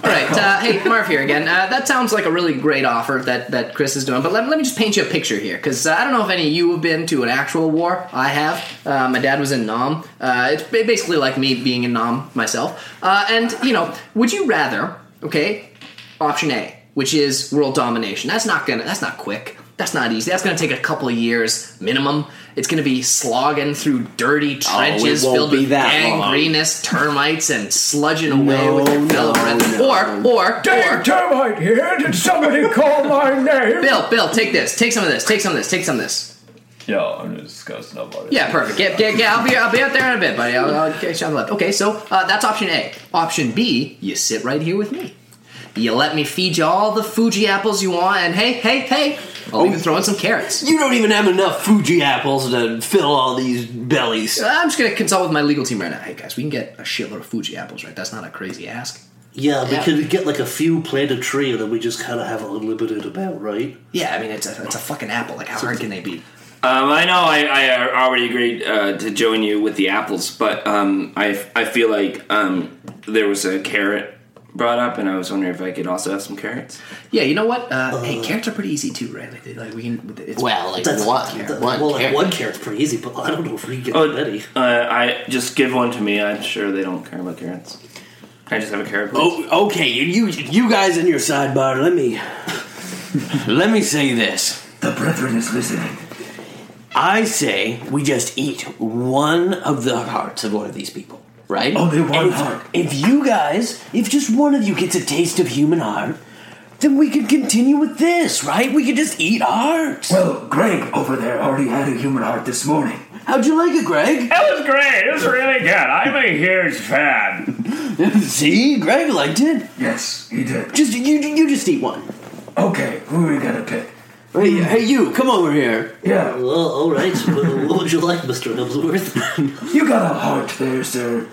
Speaker 3: All right, uh, hey Marv here again. Uh, that sounds like a really great offer that, that Chris is doing, but let, let me just paint you a picture here, because uh, I don't know if any of you have been to an actual war. I have. Uh, my dad was in Nam. Uh, it's ba- basically like me being in Nam myself. Uh, and you know, would you rather? Okay, option A, which is world domination. That's not gonna. That's not quick. That's not easy. That's gonna take a couple of years minimum. It's gonna be slogging through dirty trenches
Speaker 8: Oh, won't
Speaker 3: filled
Speaker 8: be
Speaker 3: with
Speaker 8: that long.
Speaker 3: gangrenous termites and sludging away with your fellow brethren. Or, or,
Speaker 9: Dang
Speaker 3: or.
Speaker 9: termite here! Did somebody call my name?
Speaker 3: Bill, Bill, take this. Take some of this. Take some of this. Take some of this.
Speaker 5: Yeah, I'm just disgusted about it.
Speaker 3: Yeah, perfect. Get, get, get. I'll be, I'll be out there in a bit, buddy. I'll, I'll catch you on the left. Okay, so uh, that's option A. Option B, you sit right here with me. You let me feed you all the Fuji apples you want, and hey, hey, hey, I'll even throw in some carrots.
Speaker 8: You don't even have enough Fuji apples to fill all these bellies.
Speaker 3: I'm just gonna consult with my legal team right now. Hey guys, we can get a shitload of Fuji apples, right? That's not a crazy ask.
Speaker 17: Yeah, we
Speaker 3: Yeah.
Speaker 17: could get like a few planted tree and then we just kind of have unlimited about, right?
Speaker 3: Yeah, I mean it's a it's a fucking apple. Like how hard can they be?
Speaker 2: Um, I know I, I already agreed uh, to join you with the apples, but um, I, I feel like um, there was a carrot brought up, and I was wondering if I could also have some carrots.
Speaker 3: Yeah, you know what? Uh, hey, carrots are pretty easy too, right? Like, they- like we can. It's
Speaker 17: That's- that- well, like one
Speaker 3: carrot.
Speaker 17: carrot's pretty easy, but I don't know if we can get
Speaker 2: Oh,
Speaker 17: that many.
Speaker 2: uh, I just give one to me. I'm sure they don't care about carrots. Can I just have a carrot? Please?
Speaker 8: Oh, okay. You, you, you guys in your sidebar. Let me, let me say this.
Speaker 16: The brethren is listening.
Speaker 8: I say we just eat one of the hearts of one of these people, right?
Speaker 16: Only one
Speaker 8: And if-
Speaker 16: heart.
Speaker 8: If you guys, if just one of you gets a taste of human heart, then we could continue with this, right? We could just eat hearts.
Speaker 16: Well, Greg over there already had a human heart this morning.
Speaker 8: How'd you like it, Greg?
Speaker 16: That was great. It was really good. I'm a huge fan.
Speaker 8: See, Greg liked it.
Speaker 16: Yes, he did.
Speaker 8: Just you, you just eat one.
Speaker 16: Okay, who are we gonna pick?
Speaker 8: Hey, hey, you, come over here.
Speaker 16: Yeah.
Speaker 17: Well, all right. Well, what would you like, Mister Hemsworth?
Speaker 16: You got a heart there, sir.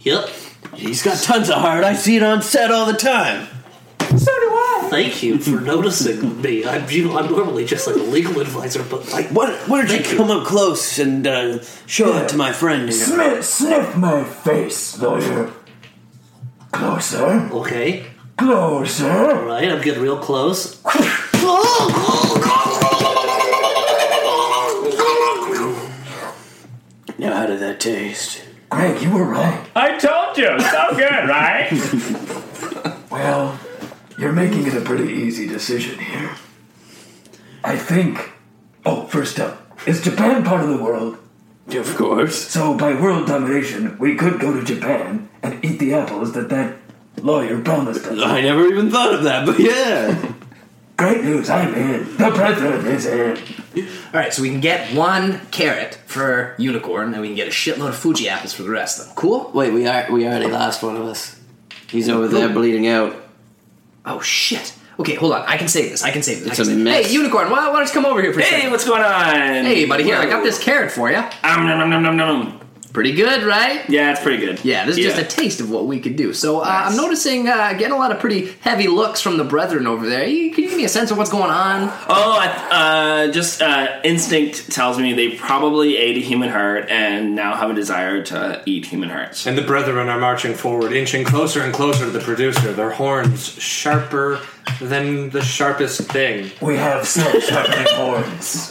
Speaker 17: Yep.
Speaker 8: He's got tons of heart. I see it on set all the time.
Speaker 17: So do I. Thank you for noticing me. I'm, you, I'm normally just like a legal advisor, but like
Speaker 8: what? Why don't you come up close and uh, show it to my friend? here?
Speaker 16: Sniff, sniff my face, lawyer. Closer.
Speaker 17: Okay.
Speaker 16: Closer.
Speaker 17: All right, I'm getting real close.
Speaker 8: Now, how did that taste?
Speaker 16: Greg, you were right.
Speaker 8: I told you, so good, right?
Speaker 16: Well, you're making it a pretty easy decision here. I think. Oh, first up, is Japan part of the world?
Speaker 8: Of course.
Speaker 16: So, by world domination, we could go to Japan and eat the apples that that lawyer promised us.
Speaker 8: I never even thought of that, but yeah.
Speaker 16: Great news, I'm in. The president is in.
Speaker 3: All right, so we can get one carrot for unicorn, and we can get a shitload of Fuji apples for the rest of them. Cool.
Speaker 8: Wait, we are we already lost one of us. He's over there bleeding out.
Speaker 3: Oh shit. Okay, hold on. I can save this. I can save this. I
Speaker 8: It's
Speaker 3: can
Speaker 8: a
Speaker 3: save this.
Speaker 8: mess.
Speaker 3: Hey, unicorn, why, why don't you come over here for a
Speaker 2: Hey,
Speaker 3: second?
Speaker 2: what's going on?
Speaker 3: Hey, buddy, here, I got
Speaker 2: Whoa.
Speaker 3: this carrot for you.
Speaker 2: Um, nom, nom, nom, nom, nom.
Speaker 3: Pretty good, right?
Speaker 2: Yeah, it's pretty good.
Speaker 3: Yeah, this is
Speaker 2: Yeah.
Speaker 3: just a taste of what we could do. So uh, I'm noticing uh, getting a lot of pretty heavy looks from the brethren over there. You, can you give me a sense of what's going on?
Speaker 2: Oh, I, uh, just uh, instinct tells me they probably ate a human heart and now have a desire to eat human hearts.
Speaker 4: And the brethren are marching forward, inching closer and closer to the producer, their horns sharper than the sharpest thing.
Speaker 16: We have self sharpening horns.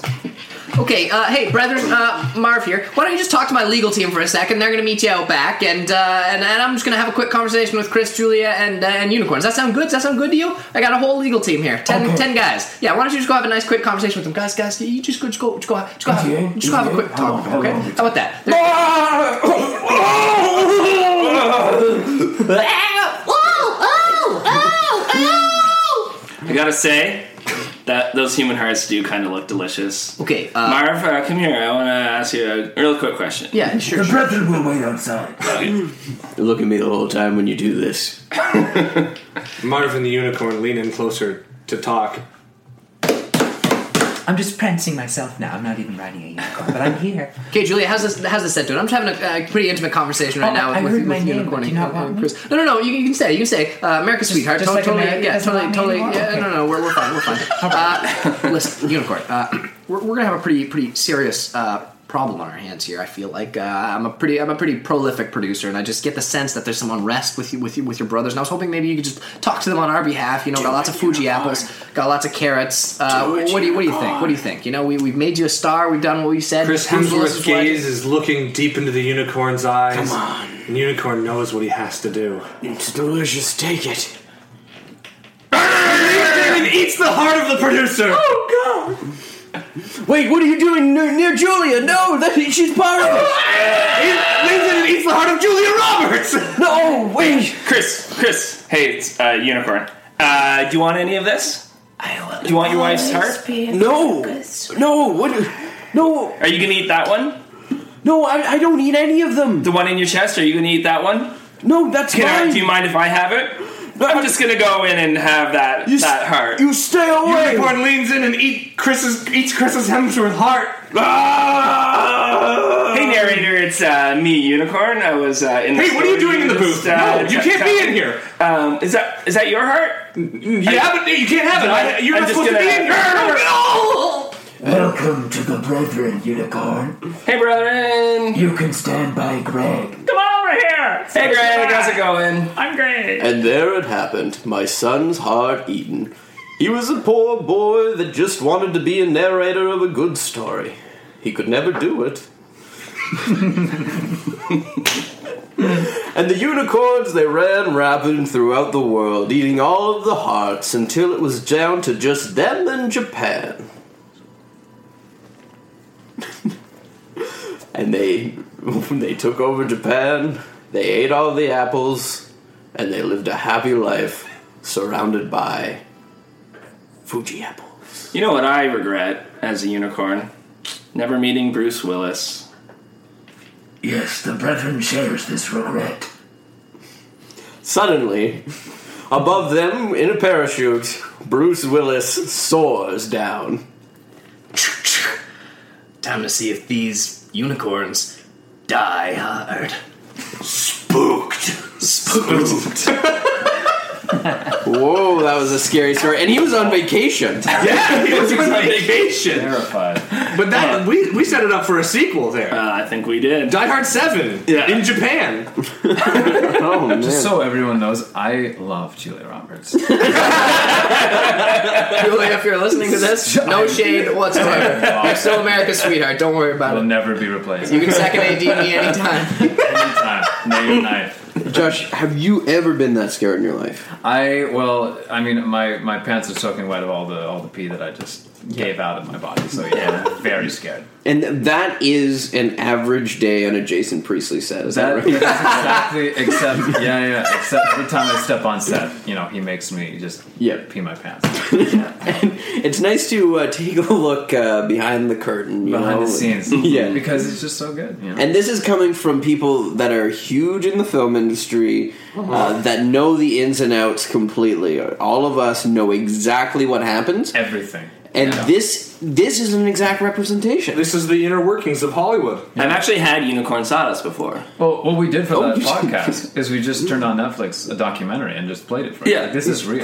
Speaker 3: Okay, uh, hey, brethren, uh, Marv here. Why don't you just talk to my legal team for a second? They're going to meet you out back, and, uh, and and I'm just going to have a quick conversation with Chris, Julia, and uh, and unicorns. Does that sound good? Does that sound good to you? I got a whole legal team here, ten,
Speaker 18: Okay.
Speaker 3: 10 guys. Yeah, why don't you just go have a nice quick conversation with them, guys? Guys, you just go, just go, just go, just go, have, just go have a quick talk. Okay, how about that?
Speaker 10: oh,
Speaker 2: I gotta say that those human hearts do kind of look delicious.
Speaker 3: Okay,
Speaker 2: uh, Marv, uh, come here. I want to ask you a real quick question.
Speaker 3: Yeah, sure.
Speaker 8: The brethren will wait outside.
Speaker 1: Look at me the whole time when you do this.
Speaker 4: Marvin the unicorn lean in closer to talk.
Speaker 7: I'm just prancing myself now. I'm not even riding a unicorn, but I'm here.
Speaker 3: Okay, Julia, how's this? How's this set to it? I'm just having a, uh pretty intimate conversation right
Speaker 7: Oh,
Speaker 3: now with,
Speaker 7: I
Speaker 3: with,
Speaker 7: heard my
Speaker 3: with
Speaker 7: name,
Speaker 3: Unicorn
Speaker 7: but
Speaker 3: and,
Speaker 7: do you not
Speaker 3: and-
Speaker 7: want
Speaker 3: and Chris. No, no, no. You, you can say. You can say. Uh, America's sweetheart.
Speaker 7: just
Speaker 3: to-
Speaker 7: like
Speaker 3: totally.
Speaker 7: America
Speaker 3: yeah,
Speaker 7: doesn't
Speaker 3: totally.
Speaker 7: want me
Speaker 3: Totally. Yeah.
Speaker 7: anymore?
Speaker 3: No, no, no. We're, we're fine. We're fine. Uh, listen, Unicorn. Uh, we're, we're gonna have a pretty pretty serious. Uh, problem on our hands here i feel like uh, i'm a pretty i'm a pretty prolific producer and i just get the sense that there's some unrest with you with you with your brothers and i was hoping maybe you could just talk to them on our behalf you know got lots of fuji apples got lots of carrots uh,
Speaker 4: Do it,
Speaker 3: what do you what do you think what do you think you know we, we've made you a star we've done what we said
Speaker 4: Chris
Speaker 3: Who's
Speaker 4: Hemsworth's
Speaker 3: Melissa's legend?
Speaker 4: gaze is looking deep into the unicorn's eyes.
Speaker 3: Come
Speaker 4: on. And unicorn knows what he has to do. It's delicious. Take it.
Speaker 19: David eats the heart of the producer. Oh god!
Speaker 1: Wait, what are you doing near, near Julia? No, that, she's part of
Speaker 19: it. eats the heart of Julia Roberts.
Speaker 1: No, wait,
Speaker 2: Chris, Chris. Hey, it's uh, Unicorn. Uh, do you want any of this? I will. Do you want your wife's heart?
Speaker 1: No, no, what? No.
Speaker 2: Are you gonna eat that one?
Speaker 1: No, I, I don't eat any of them.
Speaker 2: The one in your chest. Are you gonna eat that one?
Speaker 1: No, that's
Speaker 2: Can I-
Speaker 1: mine.
Speaker 2: do you mind if I have it? I'm just gonna go in and have that that heart.
Speaker 1: You stay away.
Speaker 19: Unicorn leans in and eat Chris's eats Chris's Hemsworth heart. Ah!
Speaker 2: Hey, narrator, it's uh, me, Unicorn. I was uh, in. The uh,
Speaker 19: Hey, what are you doing in the booth? No, you can't be in
Speaker 2: here. Um, is that is that your heart?
Speaker 19: Yeah, but you can't have it. I- you're not
Speaker 2: just
Speaker 19: supposed to be in here. No!
Speaker 8: Welcome to the brethren, unicorn.
Speaker 2: Hey, brethren.
Speaker 8: You can stand by Greg.
Speaker 2: Come on over here. Hey, Greg, how's it going? I'm great.
Speaker 1: And there it happened, my son's heart eaten. He was a poor boy that just wanted to be a narrator of a good story. He could never do it. and the unicorns, they ran rapid throughout the world, eating all of the hearts until it was down to just them and Japan. and they they took over Japan. They ate all the apples, and they lived a happy life surrounded by Fuji apple.
Speaker 2: You know what I regret as a unicorn? Never meeting Bruce Willis.
Speaker 8: Yes, the brethren shares this regret.
Speaker 1: Suddenly, above them in a parachute, Bruce Willis soars down.
Speaker 3: Time to see if these unicorns die hard. Spooked. Spooked.
Speaker 1: Whoa, that was a scary story. And he was on vacation.
Speaker 19: Yeah, he was on vacation.
Speaker 5: Terrified.
Speaker 4: But that we we set it up for a sequel there.
Speaker 2: Uh, I think we did.
Speaker 4: Die Hard Seven. Yeah. In Japan.
Speaker 5: Just so everyone knows, I love Julia Roberts.
Speaker 3: Julia, if you're listening to this, no shade whatsoever. You're still America's sweetheart. Don't worry about
Speaker 5: Will never be replaced.
Speaker 3: You can second AD me anytime.
Speaker 5: anytime. Name night.
Speaker 1: Josh, have you ever been that scared in your life?
Speaker 5: I well, I mean, my, my pants are soaking wet of all the all the pee that I just gave out of my body. So yeah, I'm very scared.
Speaker 1: And that is an average day on a Jason Priestley set. Is that,
Speaker 5: That
Speaker 1: right?
Speaker 5: is exactly except yeah yeah except every time I step on set, you know, he makes me just
Speaker 1: yeah
Speaker 5: pee my pants.
Speaker 1: It's nice to uh, take a look uh, behind the curtain, you
Speaker 5: Behind
Speaker 1: know?
Speaker 5: the scenes.
Speaker 1: yeah,
Speaker 5: because it's just so good. You know?
Speaker 1: And this is coming from people that are huge in the film industry,
Speaker 5: Uh-huh.
Speaker 1: uh, that know the ins and outs completely. All of us know exactly what happens,
Speaker 5: everything.
Speaker 1: And
Speaker 5: Yeah.
Speaker 1: this this is an exact representation.
Speaker 4: This is the inner workings of Hollywood.
Speaker 2: I've actually had unicorn sawdust before.
Speaker 5: Well, what we did for
Speaker 2: Oh,
Speaker 5: that
Speaker 2: you-
Speaker 5: podcast is we just turned on Netflix a documentary and just played it for you.
Speaker 2: Yeah.
Speaker 5: Like, this is real.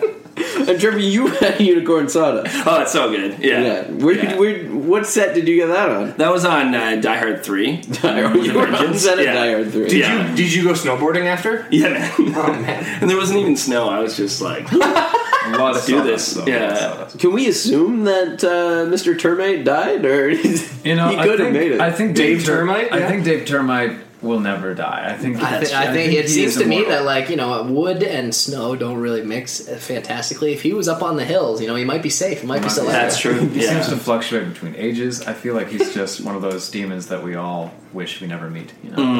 Speaker 1: And Trevor, you had unicorn soda.
Speaker 2: Oh, it's so good. Yeah.
Speaker 1: Where, did- where- what set did you get that on?
Speaker 2: That was on uh, Die Hard 3. Die
Speaker 1: Hard, you were on set of Die Hard 3. Did
Speaker 2: you, did you go snowboarding after? Yeah, man. and there wasn't even snow. I was just like. Let's do this. Yeah.
Speaker 8: Can we assume that uh, Mr. Termite died, or
Speaker 5: You know,
Speaker 8: he
Speaker 5: I
Speaker 8: could
Speaker 5: think,
Speaker 8: have made it?
Speaker 5: I think Dave, Ter- I think Dave Termite will never die. I think.
Speaker 3: I,
Speaker 5: that's-
Speaker 3: thi- I think
Speaker 5: he
Speaker 3: it
Speaker 5: is
Speaker 3: seems to me
Speaker 5: immortal.
Speaker 3: that like you know wood and snow don't really mix uh, fantastically. If he was up on the hills, you know he might be safe. He might be still out there.
Speaker 5: He seems to fluctuate between ages. I feel like he's just one of those demons that we all wish we never meet. You know?
Speaker 8: Mm.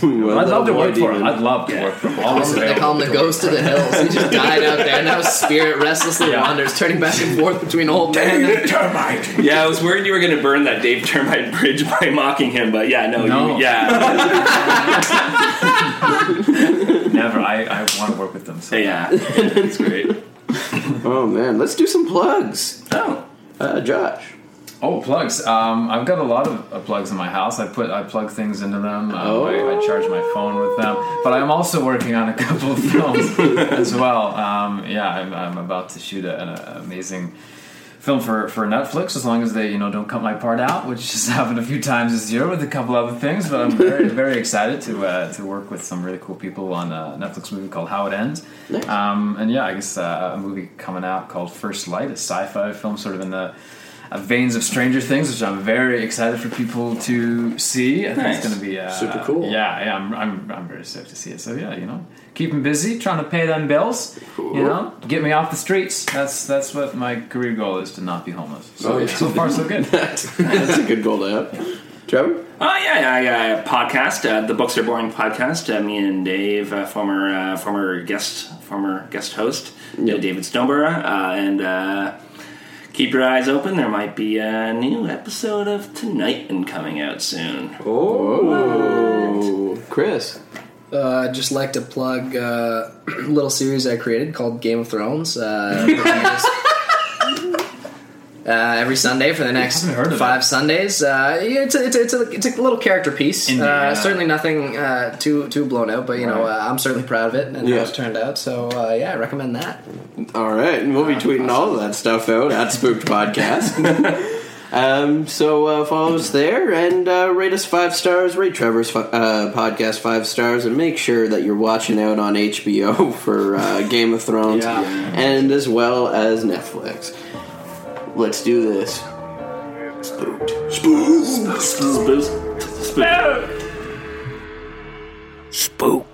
Speaker 8: Oh. Well,
Speaker 5: I'd love to
Speaker 8: that
Speaker 5: work for
Speaker 8: demon.
Speaker 5: him. I'd love to work for him.
Speaker 3: They call
Speaker 5: Always
Speaker 3: him- they call him the
Speaker 5: available to work
Speaker 3: ghost of
Speaker 5: for
Speaker 3: the
Speaker 5: him.
Speaker 3: hills. He just died out there, and now his spirit restlessly wanders, turning back and forth between old man and
Speaker 9: termite.
Speaker 2: Yeah, I was worried you were going to burn that Dave Termite bridge by mocking him, but yeah, no,
Speaker 5: No.
Speaker 2: You, yeah,
Speaker 5: Never. I, I want to work with them. So
Speaker 2: yeah, that's great.
Speaker 8: oh man, let's do some plugs.
Speaker 2: Oh,
Speaker 8: uh, Josh.
Speaker 5: Oh, plugs. Um, I've got a lot of uh, plugs in my house. I put I plug things into them. Um, I, I charge my phone with them. But I'm also working on a couple of films as well. Um, yeah, I'm, I'm about to shoot a, an uh, amazing film for, for Netflix. As long as they you know don't cut my part out, which has happened a few times this year with a couple other things. But I'm very very excited to uh, to work with some really cool people on a Netflix movie called How It Ends. Um, and yeah, I guess uh, a movie coming out called First Light, a sci-fi film, sort of in the uh, veins of Stranger Things, which I'm very excited for people to see. I think
Speaker 2: Nice.
Speaker 5: it's going to be uh,
Speaker 2: Super
Speaker 5: cool. Yeah, yeah, I'm, I'm, I'm very stoked to see it. So yeah, you know, keep 'em busy, trying to pay them bills. You know, get me off the streets. That's that's what my career goal is to not be homeless. So
Speaker 8: Oh, yeah.
Speaker 5: so far so good.
Speaker 8: that's a good goal to have. Trevor?
Speaker 2: Oh yeah, I got a podcast, uh, the Books Are Boring podcast. Uh, me and Dave, uh, former uh, former guest, former guest host, uh, David Stoneborough, uh, and uh, keep your eyes open. There might be a new episode of Tonight and coming out soon.
Speaker 8: Oh, Chris.
Speaker 3: Uh, I'd just like to plug uh, a little series I created called Game of Thrones. Uh, uh, every Sunday for the next five Sundays. Uh, yeah, it's, a, it's, a, it's, a, it's a little character piece. uh,
Speaker 8: Indeed, yeah.
Speaker 3: certainly nothing uh, too too blown out, but you know uh, I'm certainly proud of it and
Speaker 8: Yeah.
Speaker 3: how it's turned out. So uh, yeah, I recommend that.
Speaker 8: All right, and we'll be tweeting all of that stuff out at Spooked Podcast. um, so uh, follow us there and uh, rate us five stars. Rate Trevor's fi- uh, podcast five stars, and make sure that you're watching out on HBO for uh, Game of Thrones,
Speaker 10: Yeah.
Speaker 8: and as well as Netflix. Let's do this. Spooked. Spooked.
Speaker 2: Spooked. Spooked.
Speaker 8: Spooked.